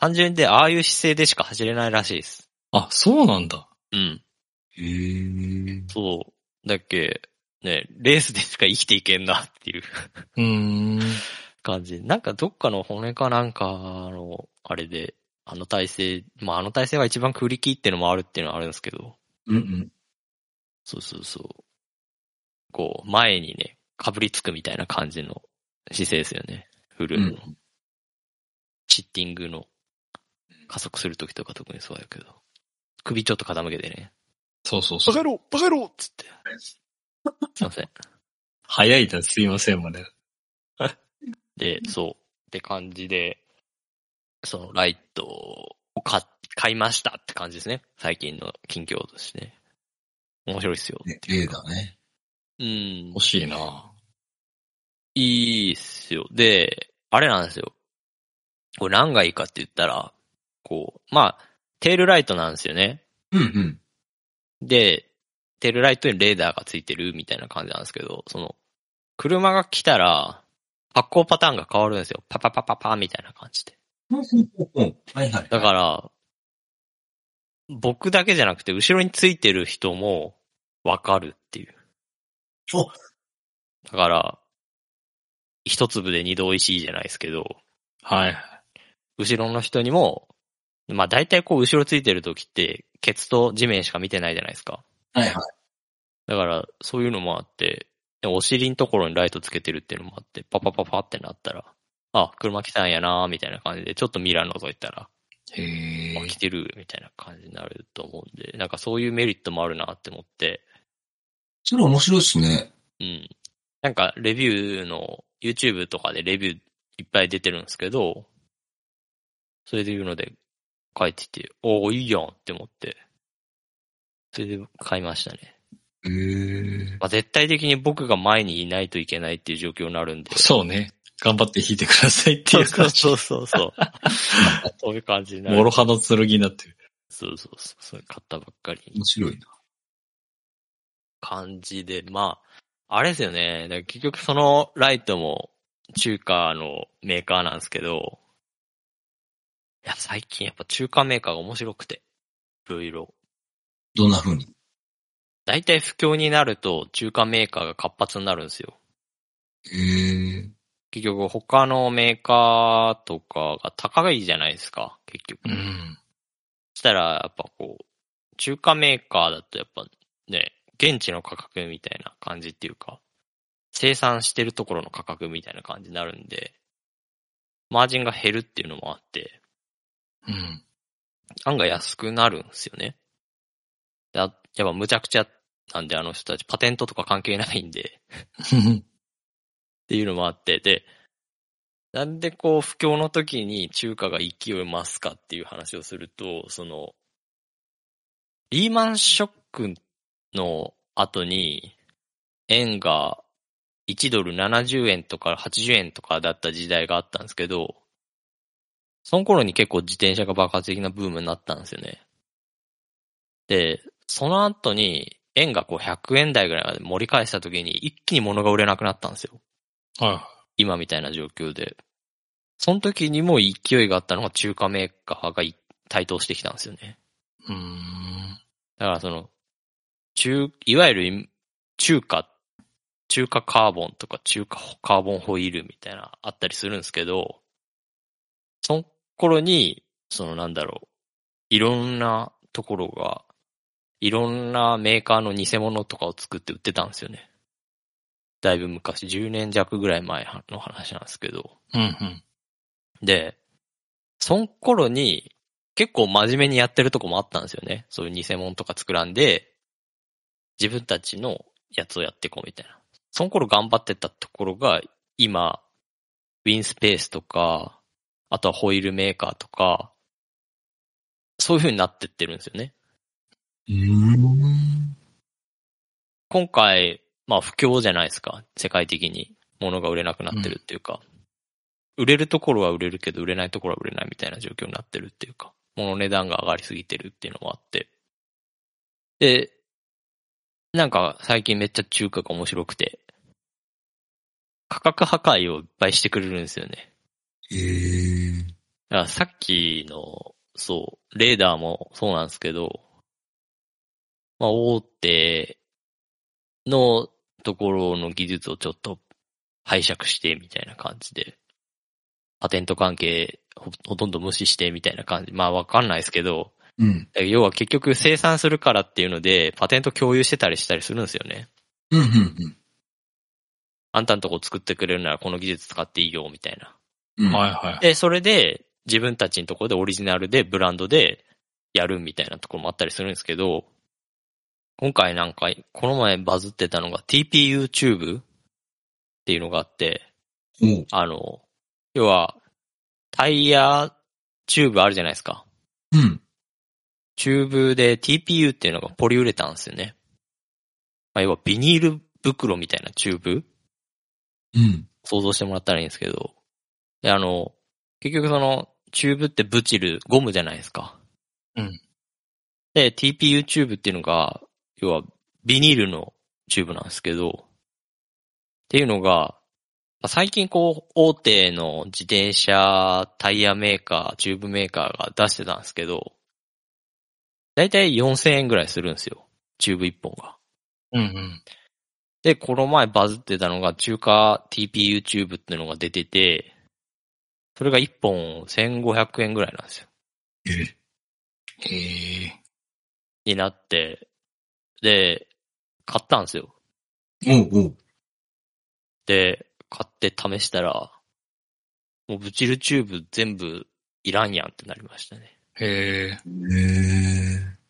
単純でああいう姿勢でしか走れないらしいです。あ、そうなんだ。うん。ええそう。だっけ、ね、レースでしか生きていけんなっていう *laughs* うーん。感じ。なんか、どっかの骨かなんかの、あれで、あの体勢、まあ、あの体勢は一番クリキってのもあるっていうのはあるんですけど、うんうん。そうそうそう。こう、前にね、かぶりつくみたいな感じの姿勢ですよね。フルームの。うんシッティングの加速するときとか特にそうやけど。首ちょっと傾けてね。そうそうそバうカ。野郎バカ野郎っつって。すいません。早いだ、すいませんまで。で、そう。って感じで、そのライトを買っ買いましたって感じですね。最近の近況としてね。面白いっすよ。ね、レーダーね。うん欲。しいないいっすよ。で、あれなんですよ。これ何がいいかって言ったら、こう、まあ、テールライトなんですよね。うんうん。で、テールライトにレーダーがついてるみたいな感じなんですけど、その、車が来たら、発光パターンが変わるんですよ。パパパパパみたいな感じで。ほうほうほうほうはいはい。だから、僕だけじゃなくて、後ろについてる人もわかるっていう。おだから、一粒で二度おいしいじゃないですけど、はい。後ろの人にも、まあ大体こう後ろついてる時って、ケツと地面しか見てないじゃないですか。はいはだから、そういうのもあって、でお尻のところにライトつけてるっていうのもあって、パパパパってなったら、あ、車来たんやなーみたいな感じで、ちょっとミラー覗いたら、へえ飽きてるみたいな感じになると思うんで、なんかそういうメリットもあるなって思って、それ面白いっすね。うん。なんかレビューの YouTube とかでレビューいっぱい出てるんですけど、それで言うので書いてて、おおいいやんって思って、それで買いましたね。へえ。まあ、絶対的に僕が前にいないといけないっていう状況になるんで。そうね。頑張って弾いてくださいっていう感じ。そうそうそう。 *laughs* そういう感じになもる。ろ刃の剣になってる。そうそうそう。それ買ったばっかりに面白いな。感じで、まあ、あれですよね。だから結局そのライトも中華のメーカーなんですけど、いや、最近やっぱ中華メーカーが面白くて、いろいろ。どんな風に大体不況になると中華メーカーが活発になるんですよ。へえ。結局他のメーカーとかが高いじゃないですか、結う局。ん。そしたら、やっぱこう、中華メーカーだとやっぱね、現地の価格みたいな感じっていうか、生産してるところの価格みたいな感じになるんで、マージンが減るっていうのもあって、うん。案外安くなるんですよね。であやっぱむちゃくちゃなんであの人たち、パテントとか関係ないんで、っていうのもあって、で、なんでこう不況の時に中華が勢い増すかっていう話をすると、その、リーマンショックの後に、円が1ドル70円とか80円とかだった時代があったんですけど、その頃に結構自転車が爆発的なブームになったんですよね。で、その後に円がこう100円台ぐらいまで盛り返した時に一気に物が売れなくなったんですよ。は今みたいな状況で。その時にも勢いがあったのが中華メーカーがい台頭してきたんですよね。い。うーん。だからその、中、いわゆるい中華、中華カーボンとか中華カーボンホイールみたいなあったりするんですけど、その頃に、そのなんだろう、いろんなところが、いろんなメーカーの偽物とかを作って売ってたんですよね。だいぶ昔、10年弱ぐらい前の話なんですけど。うんうん。で、その頃に結構真面目にやってるとこもあったんですよね。そういう偽物とか作らんで、自分たちのやつをやっていこうみたいな。その頃頑張ってたところが、今、ウィンスペースとか、あとはホイールメーカーとか、そういう風になってってるんですよね。うーん。今回、まあ不況じゃないですか。世界的に物が売れなくなってるっていうか、売れるところは売れるけど、売れないところは売れないみたいな状況になってるっていうか、物の値段が上がりすぎてるっていうのもあって。で、なんか最近めっちゃ中華が面白くて、価格破壊をいっぱいしてくれるんですよね。へえ。だからさっきの、そう、レーダーもそうなんですけど、まあ、大手のところの技術をちょっと拝借してみたいな感じで、パテント関係ほほとんど無視してみたいな感じ。まあわかんないですけど、うん。要は結局生産するからっていうので、パテント共有してたりしたりするんですよね。うんうんあんたんとこ作ってくれるならこの技術使っていいよみたいな。うん。うん。はいはで、それで、自分たちのところでオリジナルでブランドでやるみたいなところもあったりするんですけど、今回なんか、この前バズってたのが TPUTube っていうのがあって、おうあの、要は、タイヤチューブあるじゃないですか。うん。チューブで TPU っていうのがポリウレタンですよね。まあ、要はビニール袋みたいなチューブうん。想像してもらったらいいんですけど。で、あの、結局その、チューブってブチル、ゴムじゃないですか。うん。で、TPU チューブっていうのが、要はビニールのチューブなんですけど、っていうのが、まあ最近こう、大手の自転車、タイヤメーカー、チューブメーカーが出してたんですけど、だいたい4000円ぐらいするんですよ。チューブ1本が。うんうん。で、この前バズってたのが中華 TP YouTube っていうのが出てて、それが1本1500円ぐらいなんですよ。えええになって、で、買ったんですよ。おうおう。で、買って試したら、もうブチルチューブ全部いらんやんってなりましたね。へええ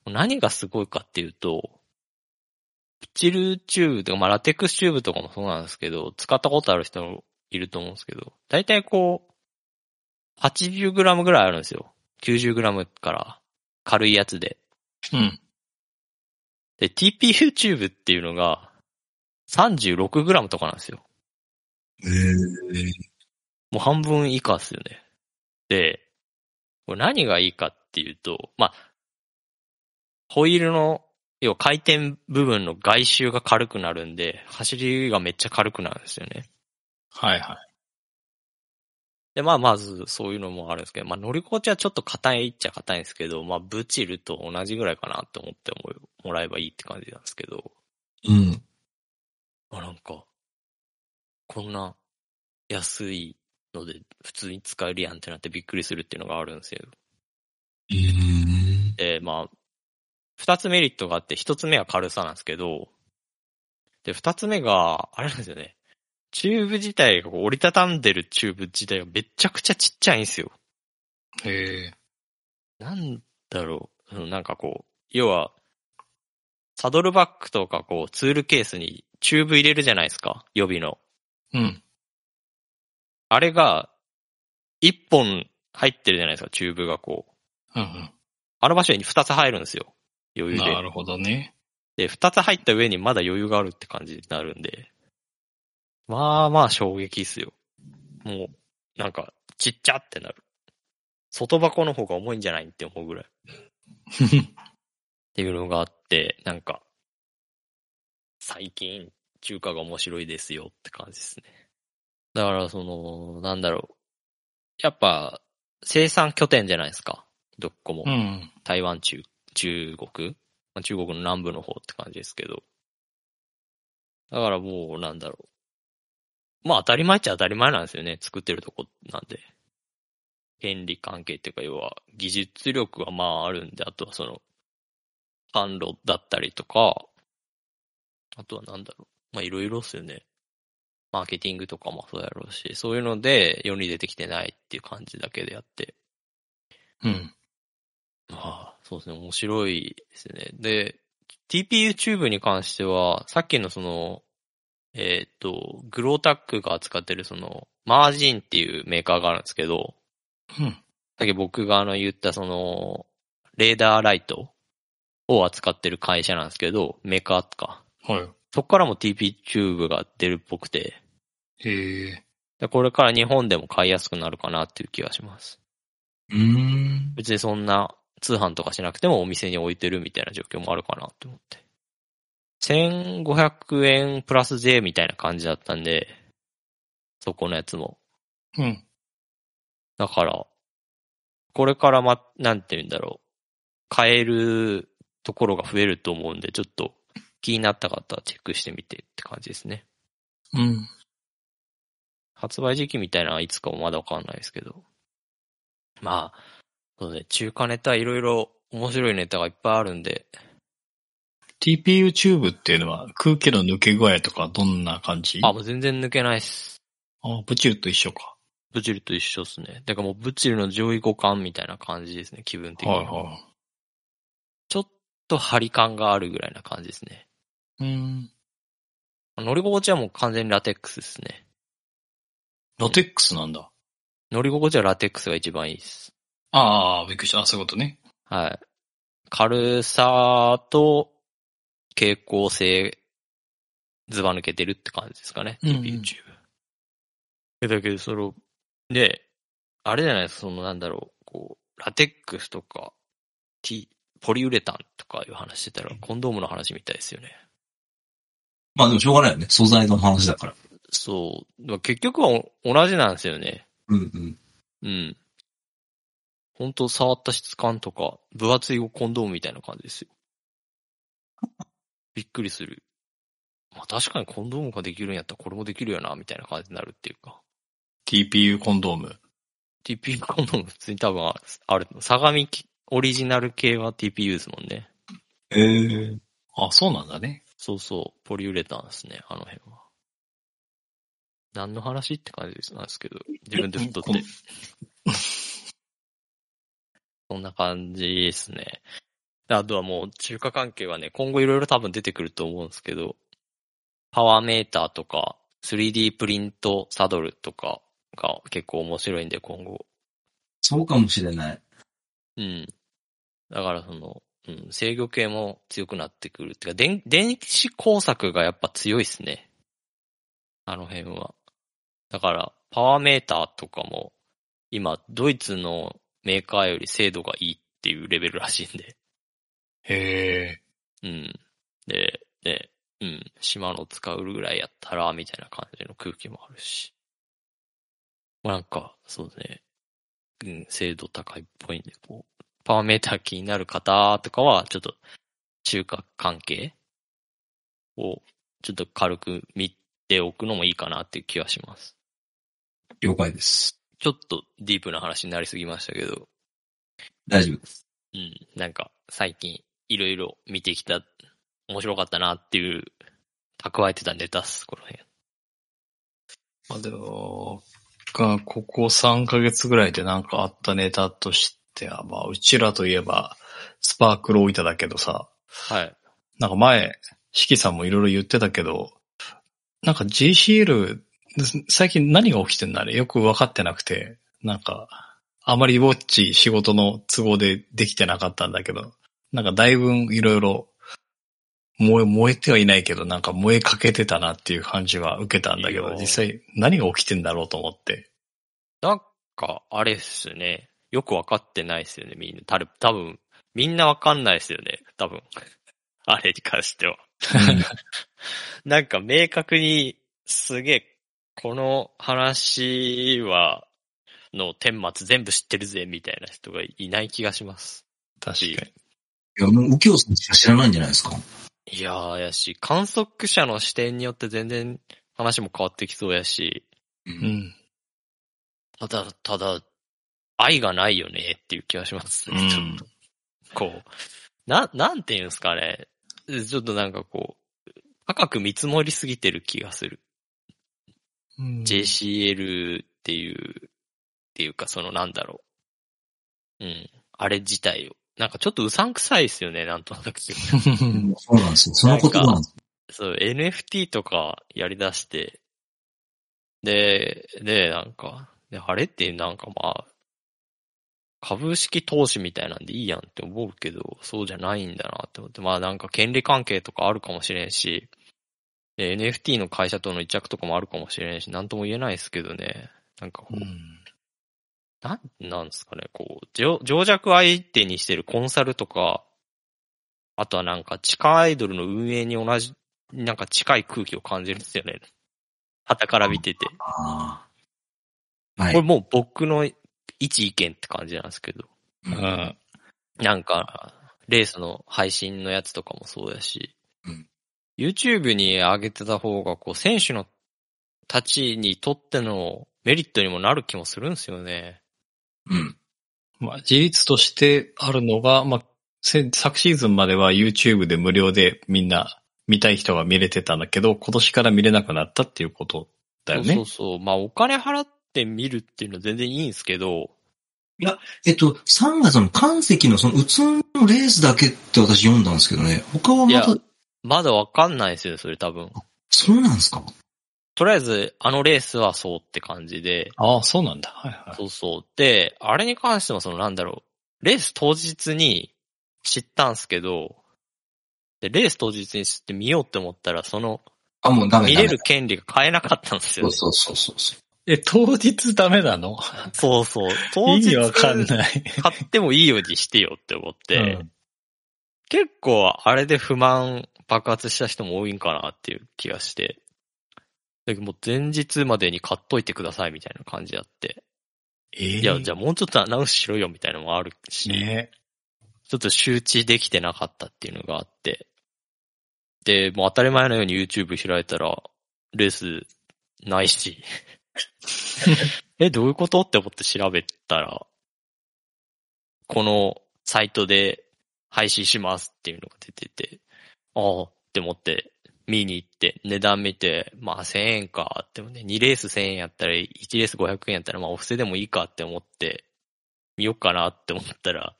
何がすごいかっていうと、ブチルチューブとか、まあラテックスチューブとかもそうなんですけど、使ったことある人もいると思うんですけど、だいたいこう、80g ぐらいあるんですよ。90g から軽いやつで。うん。で、TPU チューブっていうのが 36g とかなんですよ。えー。もう半分以下っすよね。で、これ何がいいかっていうと、まあ、ホイールの、要は回転部分の外周が軽くなるんで、走りがめっちゃ軽くなるんですよね。はいはい。で、まあ、まずそういうのもあるんですけど、まあ、乗り心地はちょっと硬いっちゃ硬いんですけど、まあ、ブチルと同じぐらいかなって思ってもらえばいいって感じなんですけど、うん。あ、なんか、こんな安いので普通に使えるやんってなってびっくりするっていうのがあるんですよ。うん。で、まあ、二つメリットがあって、一つ目は軽さなんですけど、で、二つ目が、あれなんですよね。チューブ自体が、こう折りたたんでるチューブ自体がめちゃくちゃちっちゃいんですよ。へえなんだろう。そのなんかこう、要は、サドルバッグとかこう、ツールケースにチューブ入れるじゃないですか。予備の。うん。あれが、一本入ってるじゃないですか、チューブがこう。うんあの場所に二つ入るんですよ。う余ん。裕で。なるほど *laughs* ね。で、二つ入った上にまだ余裕があるって感じになるんで、まあまあ衝撃っすよ。もう、なんか、ちっちゃってなる。外箱の方が重いんじゃないって思うぐらい。っていうのがあって、なんか、最近、中華が面白いですよって感じですね。だから、その、なんだろう。やっぱ、生産拠点じゃないですか。どっこも。うん。台湾中、中国、まあ、中国の南部の方って感じですけど。だからもう、なんだろう。まあ当たり前っちゃ当たり前なんですよね。作ってるとこなんで。権利関係っていうか、要は技術力はまああるんで、あとはその、販路だったりとか、あとはなんだろう。まあいろいろっすよね。マーケティングとかもそうやろうし、そういうので世に出てきてないっていう感じだけであって。うん。ああ、そうですね。面白いですね。で、TPU チューブに関しては、さっきのその、えーっ、と、グロータックが扱ってるその、マージンっていうメーカーがあるんですけど、うん。さっき僕があの言ったその、レーダーライトを扱ってる会社なんですけど、メーカーとか。はそこからも TP チューブが出るっぽくて、い。へえでこれから日本でも買いやすくなるかなっていう気がします。うん。別にそんな通販とかしなくてもお店に置いてるみたいな状況もあるかなって思って。1500円プラス税みたいな感じだったんで、そこのやつも。うん。だから、これからま、なんて言うんだろう。買えるところが増えると思うんで、ちょっと気になった方はチェックしてみてって感じですね。うん。発売時期みたいなのはいつかもまだわかんないですけど。まあ、そうね、中華ネタいろいろ面白いネタがいっぱいあるんで、 TPU チューブっていうのは空気の抜け具合とかどんな感じあ、もう全然抜けないっす。あ、ブチルと一緒か。ブチルと一緒っすね。だからもうブチルの上位互換みたいな感じですね、気分的に。はいはちょっと張り感があるぐらいな感じですね。い。うん。乗り心地はもう完全にラテックスですね。ロテックスなんだ。乗り心地はラテックスが一番いいです。ああ、びっくりした。あそういうことね。はい。軽さと、傾向性、ずば抜けてるって感じですかね。うんうん YouTube。えだけど、その、で、あれじゃないですか、そのなんだろう、こう、ラテックスとか、T、ポリウレタンとかいう話してたら、コンドームの話みたいですよね。まあでもしょうがないよね。素材の話だから。そう。まあ結局はお同じなんですよね。うんうん。うん。本当触った質感とか、分厚いコンドームみたいな感じですよ。 *laughs* びっくりする。まあ確かにコンドームができるんやったらこれもできるよな、みたいな感じになるっていうか。 TPU コンドーム。 TPU コンドーム普通に多分あある。相模オリジナル系は TPU ですもんね。ええあ、そうなんだね。そうそう。ポリウレタンですね、あの辺は。何の話って感じですなんですけど、自分で太って。そんな感じですね。であとはもう中華関係はね、今後いろいろ多分出てくると思うんですけど、パワーメーターとか、3D プリントサドルとかが結構面白いんで、今後。そうかもしれない。うん。だからその、うん、制御系も強くなってくる。てか、電、電子工作がやっぱ強いっすね。あの辺は。だから、パワーメーターとかも、今、ドイツのメーカーより精度がいいっていうレベルらしいんで。へえ。うん。で、で、うん、島の使うぐらいやったら、みたいな感じの空気もあるし。まあなんか、そうですね。うん、精度高いっぽいんで、こう、パワーメーター気になる方とかは、ちょっと、中華関係を、ちょっと軽く見ておくのもいいかなっていう気はします。了解です。ちょっとディープな話になりすぎましたけど、大丈夫です。うん、なんか最近いろいろ見てきた、面白かったなっていう、蓄えてたネタっす、この辺。まあでも、が、ここ3ヶ月ぐらいでなんかあったネタとしては、まあ、うちらといえば、スパークル置いただけどさ、はい。なんか前、四季さんもいろいろ言ってたけど、なんか GCL、最近何が起きてんだあれよくわかってなくて、なんか、あまりウォッチ仕事の都合でできてなかったんだけど、なんかだいぶいろいろ燃え、燃えてはいないけど、なんか燃えかけてたなっていう感じは受けたんだけいいど、よ実際何が起きてんだろうと思って。なんか、あれっすね。よくわかってないっすよね、みんな。たる、多分、みんなわかんないっすよね、多分。 *laughs* あれに関して *laughs* は。なんか明確に、すげえ、この話は、の顛末全部知ってるぜ、みたいな人がいない気がします。確かに。いや、もう右京さんしか知らないんじゃないですか。いやー、やし、観測者の視点によって全然話も変わってきそうやし、うう。ん。ただ、ただ、愛がないよねっていう気がします、うんちょっと。 *laughs* こう、な、なんていうんですかね。ちょっとなんかこう、高く見積もりすぎてる気がする。JCL っていう、っていうかそのなんだろう。うん。あれ自体を。なんかちょっとうさんくさいですよね、なんとなく。うん。そうなんですよ。その言葉なんですそう、NFT とかやり出して、で、で、なんか、で、あれってなんかまあ、株式投資みたいなんでいいやんって思うけど、そうじゃないんだなって思って、まあなんか権利関係とかあるかもしれんし、で NFT の会社との癒着とかもあるかもしれんし、なんとも言えないですけどね。なんかこう、なん、なんですかね、こう、情情弱相手にしてるコンサルとか、あとはなんか地下アイドルの運営に同じ、なんか近い空気を感じるんですよね。旗から見てて。こああ。はれい。もう僕の一意見って感じなんですけど。うん。うんなんか、レースの配信のやつとかもそうやし、うん、 YouTube に上げてた方が、こう、選手のたちにとってのメリットにもなる気もするんですよね。うん。まあ、事実としてあるのが、まあ、せ昨シーズンまでは YouTube で無料でみんな見たい人が見れてたんだけど、今年から見れなくなったっていうことだよね。そうそうそう。まあ、お金払ってして見るっていうのは全然いいんですけど、えっと、3月の関石のそのうつんのレースだけって私読んだんですけどね。他はいまやだ、、まだわかんないですよ、それ多分。そうなんですかとりあえず、あのレースはそうって感じで、ああ、そうなんだ。はいはい。そうそう。で、あれに関してもそのなんだろう、レース当日に知ったんすけど、で、レース当日に知って見ようって思ったら、その、あ、もうダメ見ダメれる権利が買えなかったんですよ、そうね。そうそうそう。え、当日ダメなのそうそう。当意日味わかんない。 *laughs* 買ってもいいようにしてよって思って、うん結構あれで不満爆発した人も多いんかなっていう気がして。だけどもう前日までに買っといてくださいみたいな感じあって。ええ *laughs* いや、じゃあもうちょっとアナウンスしろよみたいなのもあるし、ねちょっと周知できてなかったっていうのがあって。で、もう当たり前のように YouTube 開いたら、レースないし。え、どういうことって思って調べたら、このサイトで配信しますっていうのが出てて、ああって思って見に行って値段見て、まあ1000円かってもね、2レース1000円やったら1レース500円やったらまあお布施でもいいかって思って見ようかなって思ったら、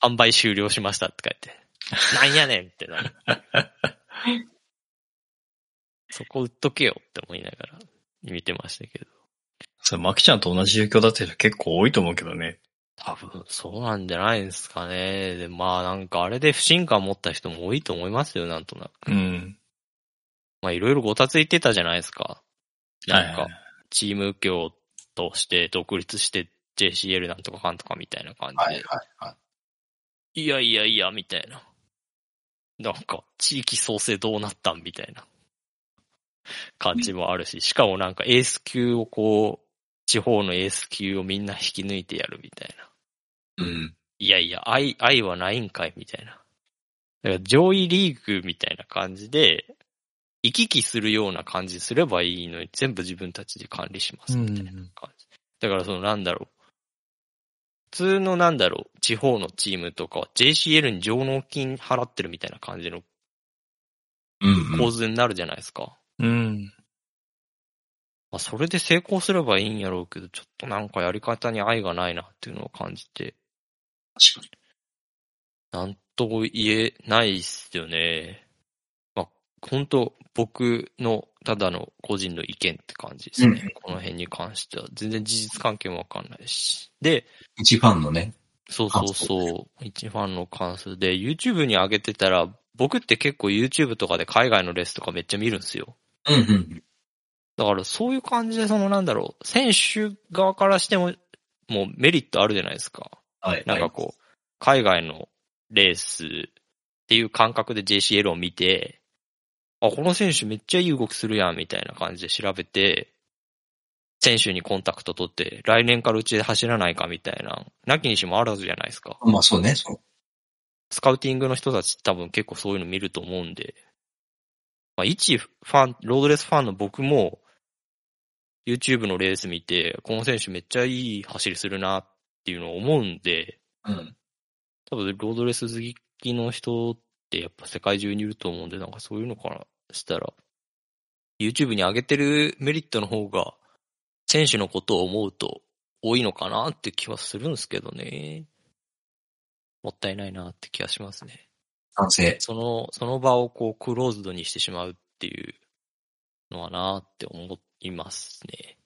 販売終了しましたって書いて。 *laughs* なんやねんってなる。そこ売っとけよって思いながら見てましたけど。それ、マキちゃんと同じ状況だって人結構多いと思うけどね。多分そうなんじゃないですかね。で、まあなんかあれで不信感持った人も多いと思いますよ、なんとなく。うん。まあいろいろごたついてたじゃないですか。なんはかいはい、チーム業として独立して JCL なんとかかんとかみたいな感じで。はいはいはい。いやいやいや、みたいな。なんか、地域創生どうなったんみたいな感じもあるし、しかもなんかエース級をこう、地方のエース級をみんな引き抜いてやるみたいな。うん。いやいや、愛、愛はないんかいみたいな。だから上位リーグみたいな感じで、行き来するような感じすればいいのに、全部自分たちで管理しますみたいな感じ。だからそのなんだろう。普通のなんだろう、地方のチームとかは JCL に上納金払ってるみたいな感じのうん、う構ん。図になるじゃないですか。うん。まあ、それで成功すればいいんやろうけど、ちょっとなんかやり方に愛がないなっていうのを感じて、確かなに。んとも言えないっすよね。まあ、本当僕のただの個人の意見って感じですね。うんこの辺に関しては。全然事実関係もわかんないし。で、一ファンのね。そうそうそう、一ファンの関数で、YouTube に上げてたら、僕って結構 YouTube とかで海外のレースとかめっちゃ見るんですよ。うんうん。だからそういう感じで、そのなんだろう、選手側からしても、もうメリットあるじゃないですか。はい。なんかこう、海外のレースっていう感覚で JCL を見て、あ、この選手めっちゃいい動きするやんみたいな感じで調べて、選手にコンタクト取って、来年からうちで走らないかみたいな、なきにしもあらずじゃないですか。う。まあそうね。そうスカウティングの人たち多分結構そういうの見ると思うんで、まあ、一ファン、ロードレースファンの僕も、YouTube のレース見て、この選手めっちゃいい走りするなっていうのを思うんで、うん。多分ロードレース好きの人ってやっぱ世界中にいると思うんで、なんかそういうのからしたら、YouTube に上げてるメリットの方が、選手のことを思うと多いのかなって気はするんですけどね。もったいないなって気がしますね。賛成。その、その場をこうクローズドにしてしまうっていうのはなって思いますね。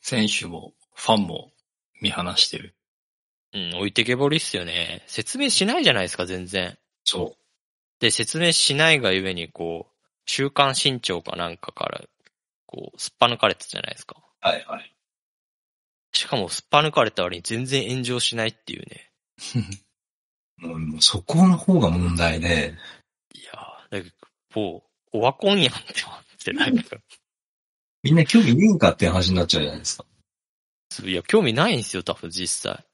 選手も、ファンも見放してる。うん、置いてけぼりっすよね。説明しないじゃないですか、全然。そで、説明しないがゆえに、こう、週刊新潮かなんかから、こう、すっぱ抜かれたじゃないですか。う。はいはい。しかも、すっぱ抜かれた割に全然炎上しないっていうね。もうもうそこの方が問題で、いやー、だけど、もう、オワコンやんって思って、なんか、みんな興味ねえんかっていう話になっちゃうじゃないですか。いや、興味ないんすよ、多分、実際。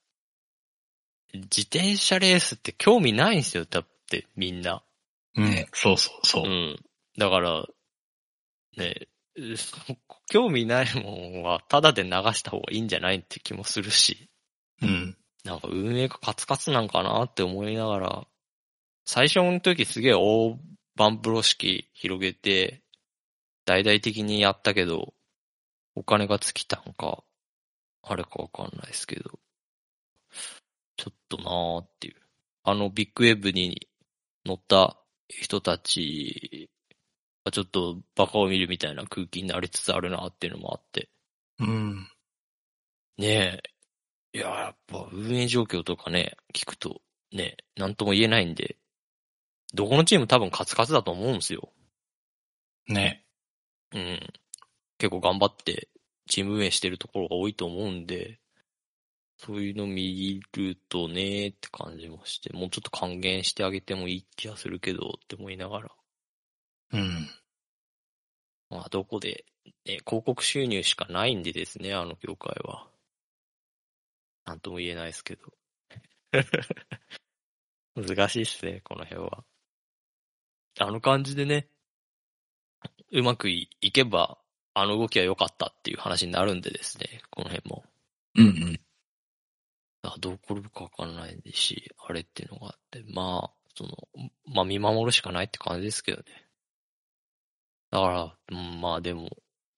自転車レースって興味ないんすよ、だって、みんな。うん。そうそうそうう。ん。だから、ね、 *laughs* そ興味ないもんは、ただで流した方がいいんじゃないって気もするし。うん。なんか運営がカツカツなんかなって思いながら、最初の時すげえ大盤風呂敷広げて、大々的にやったけど、お金が尽きたんか、あれかわかんないですけど、ちょっとなーっていう。あのビッグウェブに乗った人たちがちょっとバカを見るみたいな空気になりつつあるなっていうのもあって。うん。ねえ。いや、やっぱ運営状況とかね、聞くとね、なんとも言えないんで、どこのチーム多分カツカツだと思うんですよ。ね。うん。結構頑張ってチーム運営してるところが多いと思うんで、そういうの見るとねって感じもして、もうちょっと還元してあげてもいい気がするけどって思いながら、うん。まあどこで、ね、広告収入しかないんでですね、あの業界は。なんとも言えないですけど。 *laughs* 難しいっすね、この辺は。あの感じでね、うまくいいけば、あの動きは良かったっていう話になるんでですね、この辺も。うんうん。あどう転ぶかわかんないし、あれっていうのがあって、まあ、その、まあ見守るしかないって感じですけどね。だから、うんまあでも、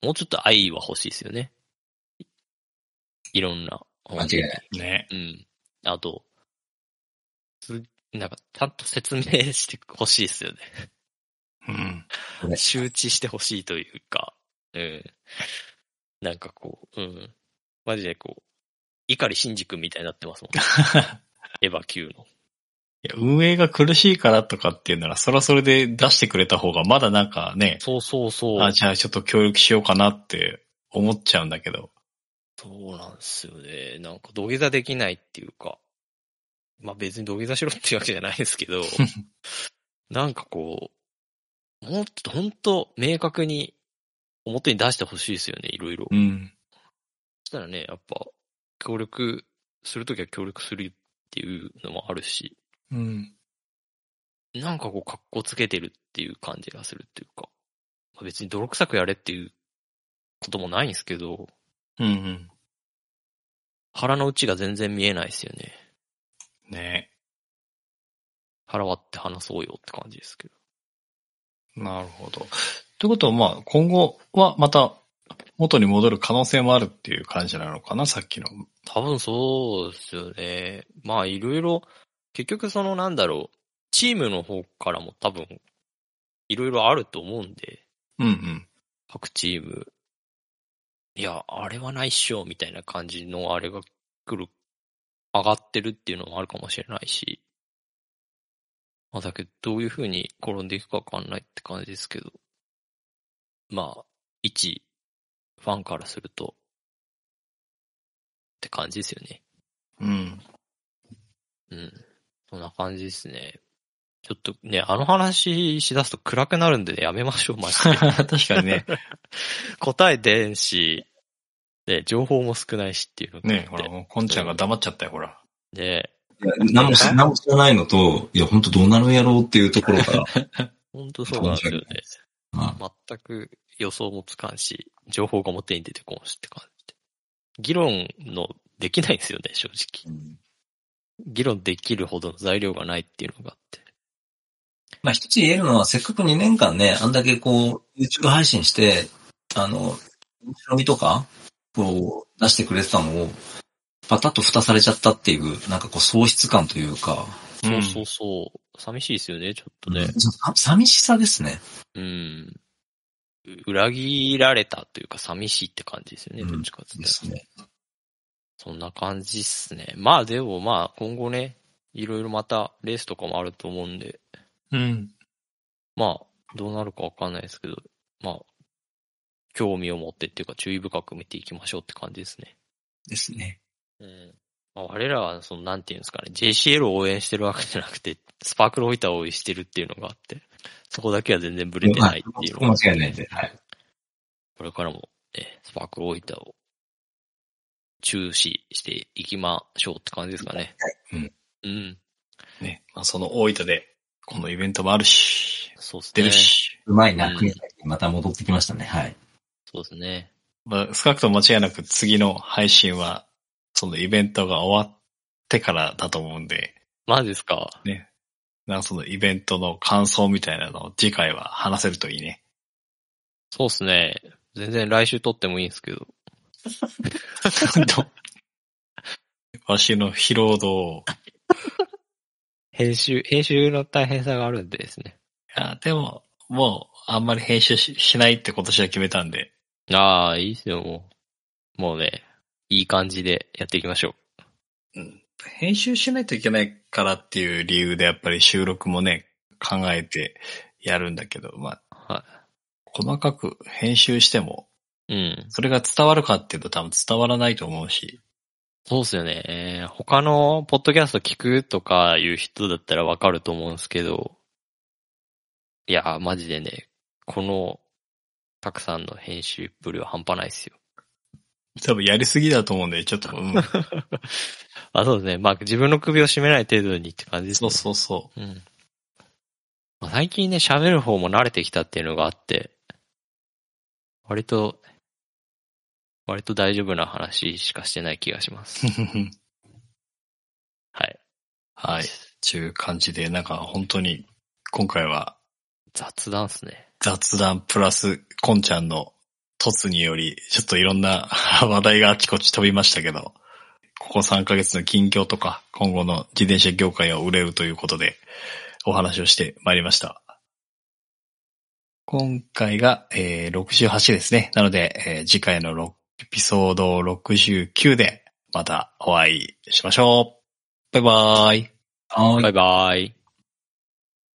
もうちょっと愛は欲しいですよね。いいろんな。間違いない。ね。うん。あと、つなんか、ちゃんと説明してほしいですよね。うん。ね周知してほしいというか、うん。なんかこう、うん。マジでこう、碇シンジ君みたいになって *laughs* ますもん。エヴァ級の。いや、運営が苦しいからとかっていうなら、それはそれで出してくれた方が、まだなんかね、そうそうそう。あ、じゃあちょっと協力しようかなって思っちゃうんだけど。そうなんですよね。なんか土下座できないっていうか。まあ別に土下座しろっていうわけじゃないですけ *laughs* ど、なんかこう、もっと本当明確に表に出してほしいですよね、いろいろ。うん。そしたらね、やっぱ、協力するときは協力するっていうのもあるし、うん。なんかこう、格好つけてるっていう感じがするっていうか、まあ、別に泥臭くやれっていうこともないんですけど、うんうん。腹の内が全然見えないですよね。ね。腹割って話そうよって感じですけど。なるほど。ということは、まあ、今後はまた元に戻る可能性もあるっていう感じなのかな、さっきの。多分そうですよね。まあいろいろ、結局そのなんだろう、チームの方からも多分、いろいろあると思うんで、うんうん。各チーム。いや、あれはないっしょ、みたいな感じのあれが来る、上がってるっていうのもあるかもしれないし。まあだけど、どういう風に転んでいくかわかんないって感じですけど。まあ、一、ファンからすると、って感じですよね。 *laughs* うん。うん。そんな感じですね。ちょっとね、あの話しだすと暗くなるんでね、やめましょう、マジで。確かにね。答え出んし、で、情報も少ないしっていうのがあっねて *laughs* ほら、もう、こんちゃんが黙っちゃったよ、ほら。で、何も知何も知らないのと、いや、本当どうなるんやろうっていうところ *laughs* から、本当そうなんですよね。まあ全く予想もつかんし、情報が表に出てこんしって感じで。議論のできないんですよね、正直。うん議論できるほどの材料がないっていうのがあって。まあ、一つ言えるのは、せっかく2年間ね、あんだけこう、YouTube 配信して、あの、面白みとか、こう、出してくれてたのを、パタッと蓋されちゃったっていう、なんかこう、喪失感というか、そうそうそう。寂しいですよね、ちょっとね。さ寂しさですね。うん。う裏切られたというか寂しいって感じですよね、うんどっちかって言ったらね。そんな感じっすね。まあでもまあ今後ね、いろいろまたレースとかもあると思うんで、うん。まあどうなるかわかんないですけど、まあ興味を持ってっていうか注意深く見ていきましょうって感じですね。ですね。うん。まあ、我らはそのなんていうんですかね、JCL を応援してるわけじゃなくて、スパークルオイターを応援してるっていうのがあって、そこだけは全然ブレてないっていうのが間違いないんで。はい。これからも、ね、スパークルオイターを注視していきましょうって感じですかね。うん。うん。ね。まあ、その大分で、このイベントもあるし、そうです出ねる。し、うまいうんな、国崎にまた戻ってきましたね。はい。そうですね。まあ、少なくとも間違いなく次の配信は、そのイベントが終わってからだと思うんで、マジですかなんかそのイベントの感想みたいなのを次回は話せるといいね。 *laughs* そうですね。全然来週撮ってもいいんですけど。どわしの疲労度を。編集、編集の大変さがあるんでですね。いや、でも、もう、あんまり編集ししないって今年は決めたんで、ああ、いいっすよ、もう。もうね、いい感じでやっていきましょう。編集しないといけないからっていう理由でやっぱり収録もね、考えてやるんだけど、まあ、は細かく編集しても、い。うん。それが伝わるかっていうと多分伝わらないと思うし、そうっすよね。えー他のポッドキャスト聞くとかいう人だったらわかると思うんですけど、いやー、マジでね、この、たくさんの編集っぷりは半端ないっすよ。多分やりすぎだと思うんで、ちょっと、うん、あ、そうですね。まあ、自分の首を絞めない程度にって感じです *laughs* そねう。そうそう。うん。まあ最近ね、喋る方も慣れてきたっていうのがあって、割と、割と大丈夫な話しかしてない気がし *laughs* ます。はい。はい。ちゅう感じで、なんか本当に今回は雑談っすね。雑談プラスコンちゃんの突により、ちょっといろんな *laughs* 話題があちこち飛びましたけど、ここ3ヶ月の近況とか、今後の自転車業界を売れるということで、お話をしてまいりました。今回が、えー、68ですね。なので、えー次回のろエピソード69で、またお会いしましょう。バイバーイ。はバイバイ。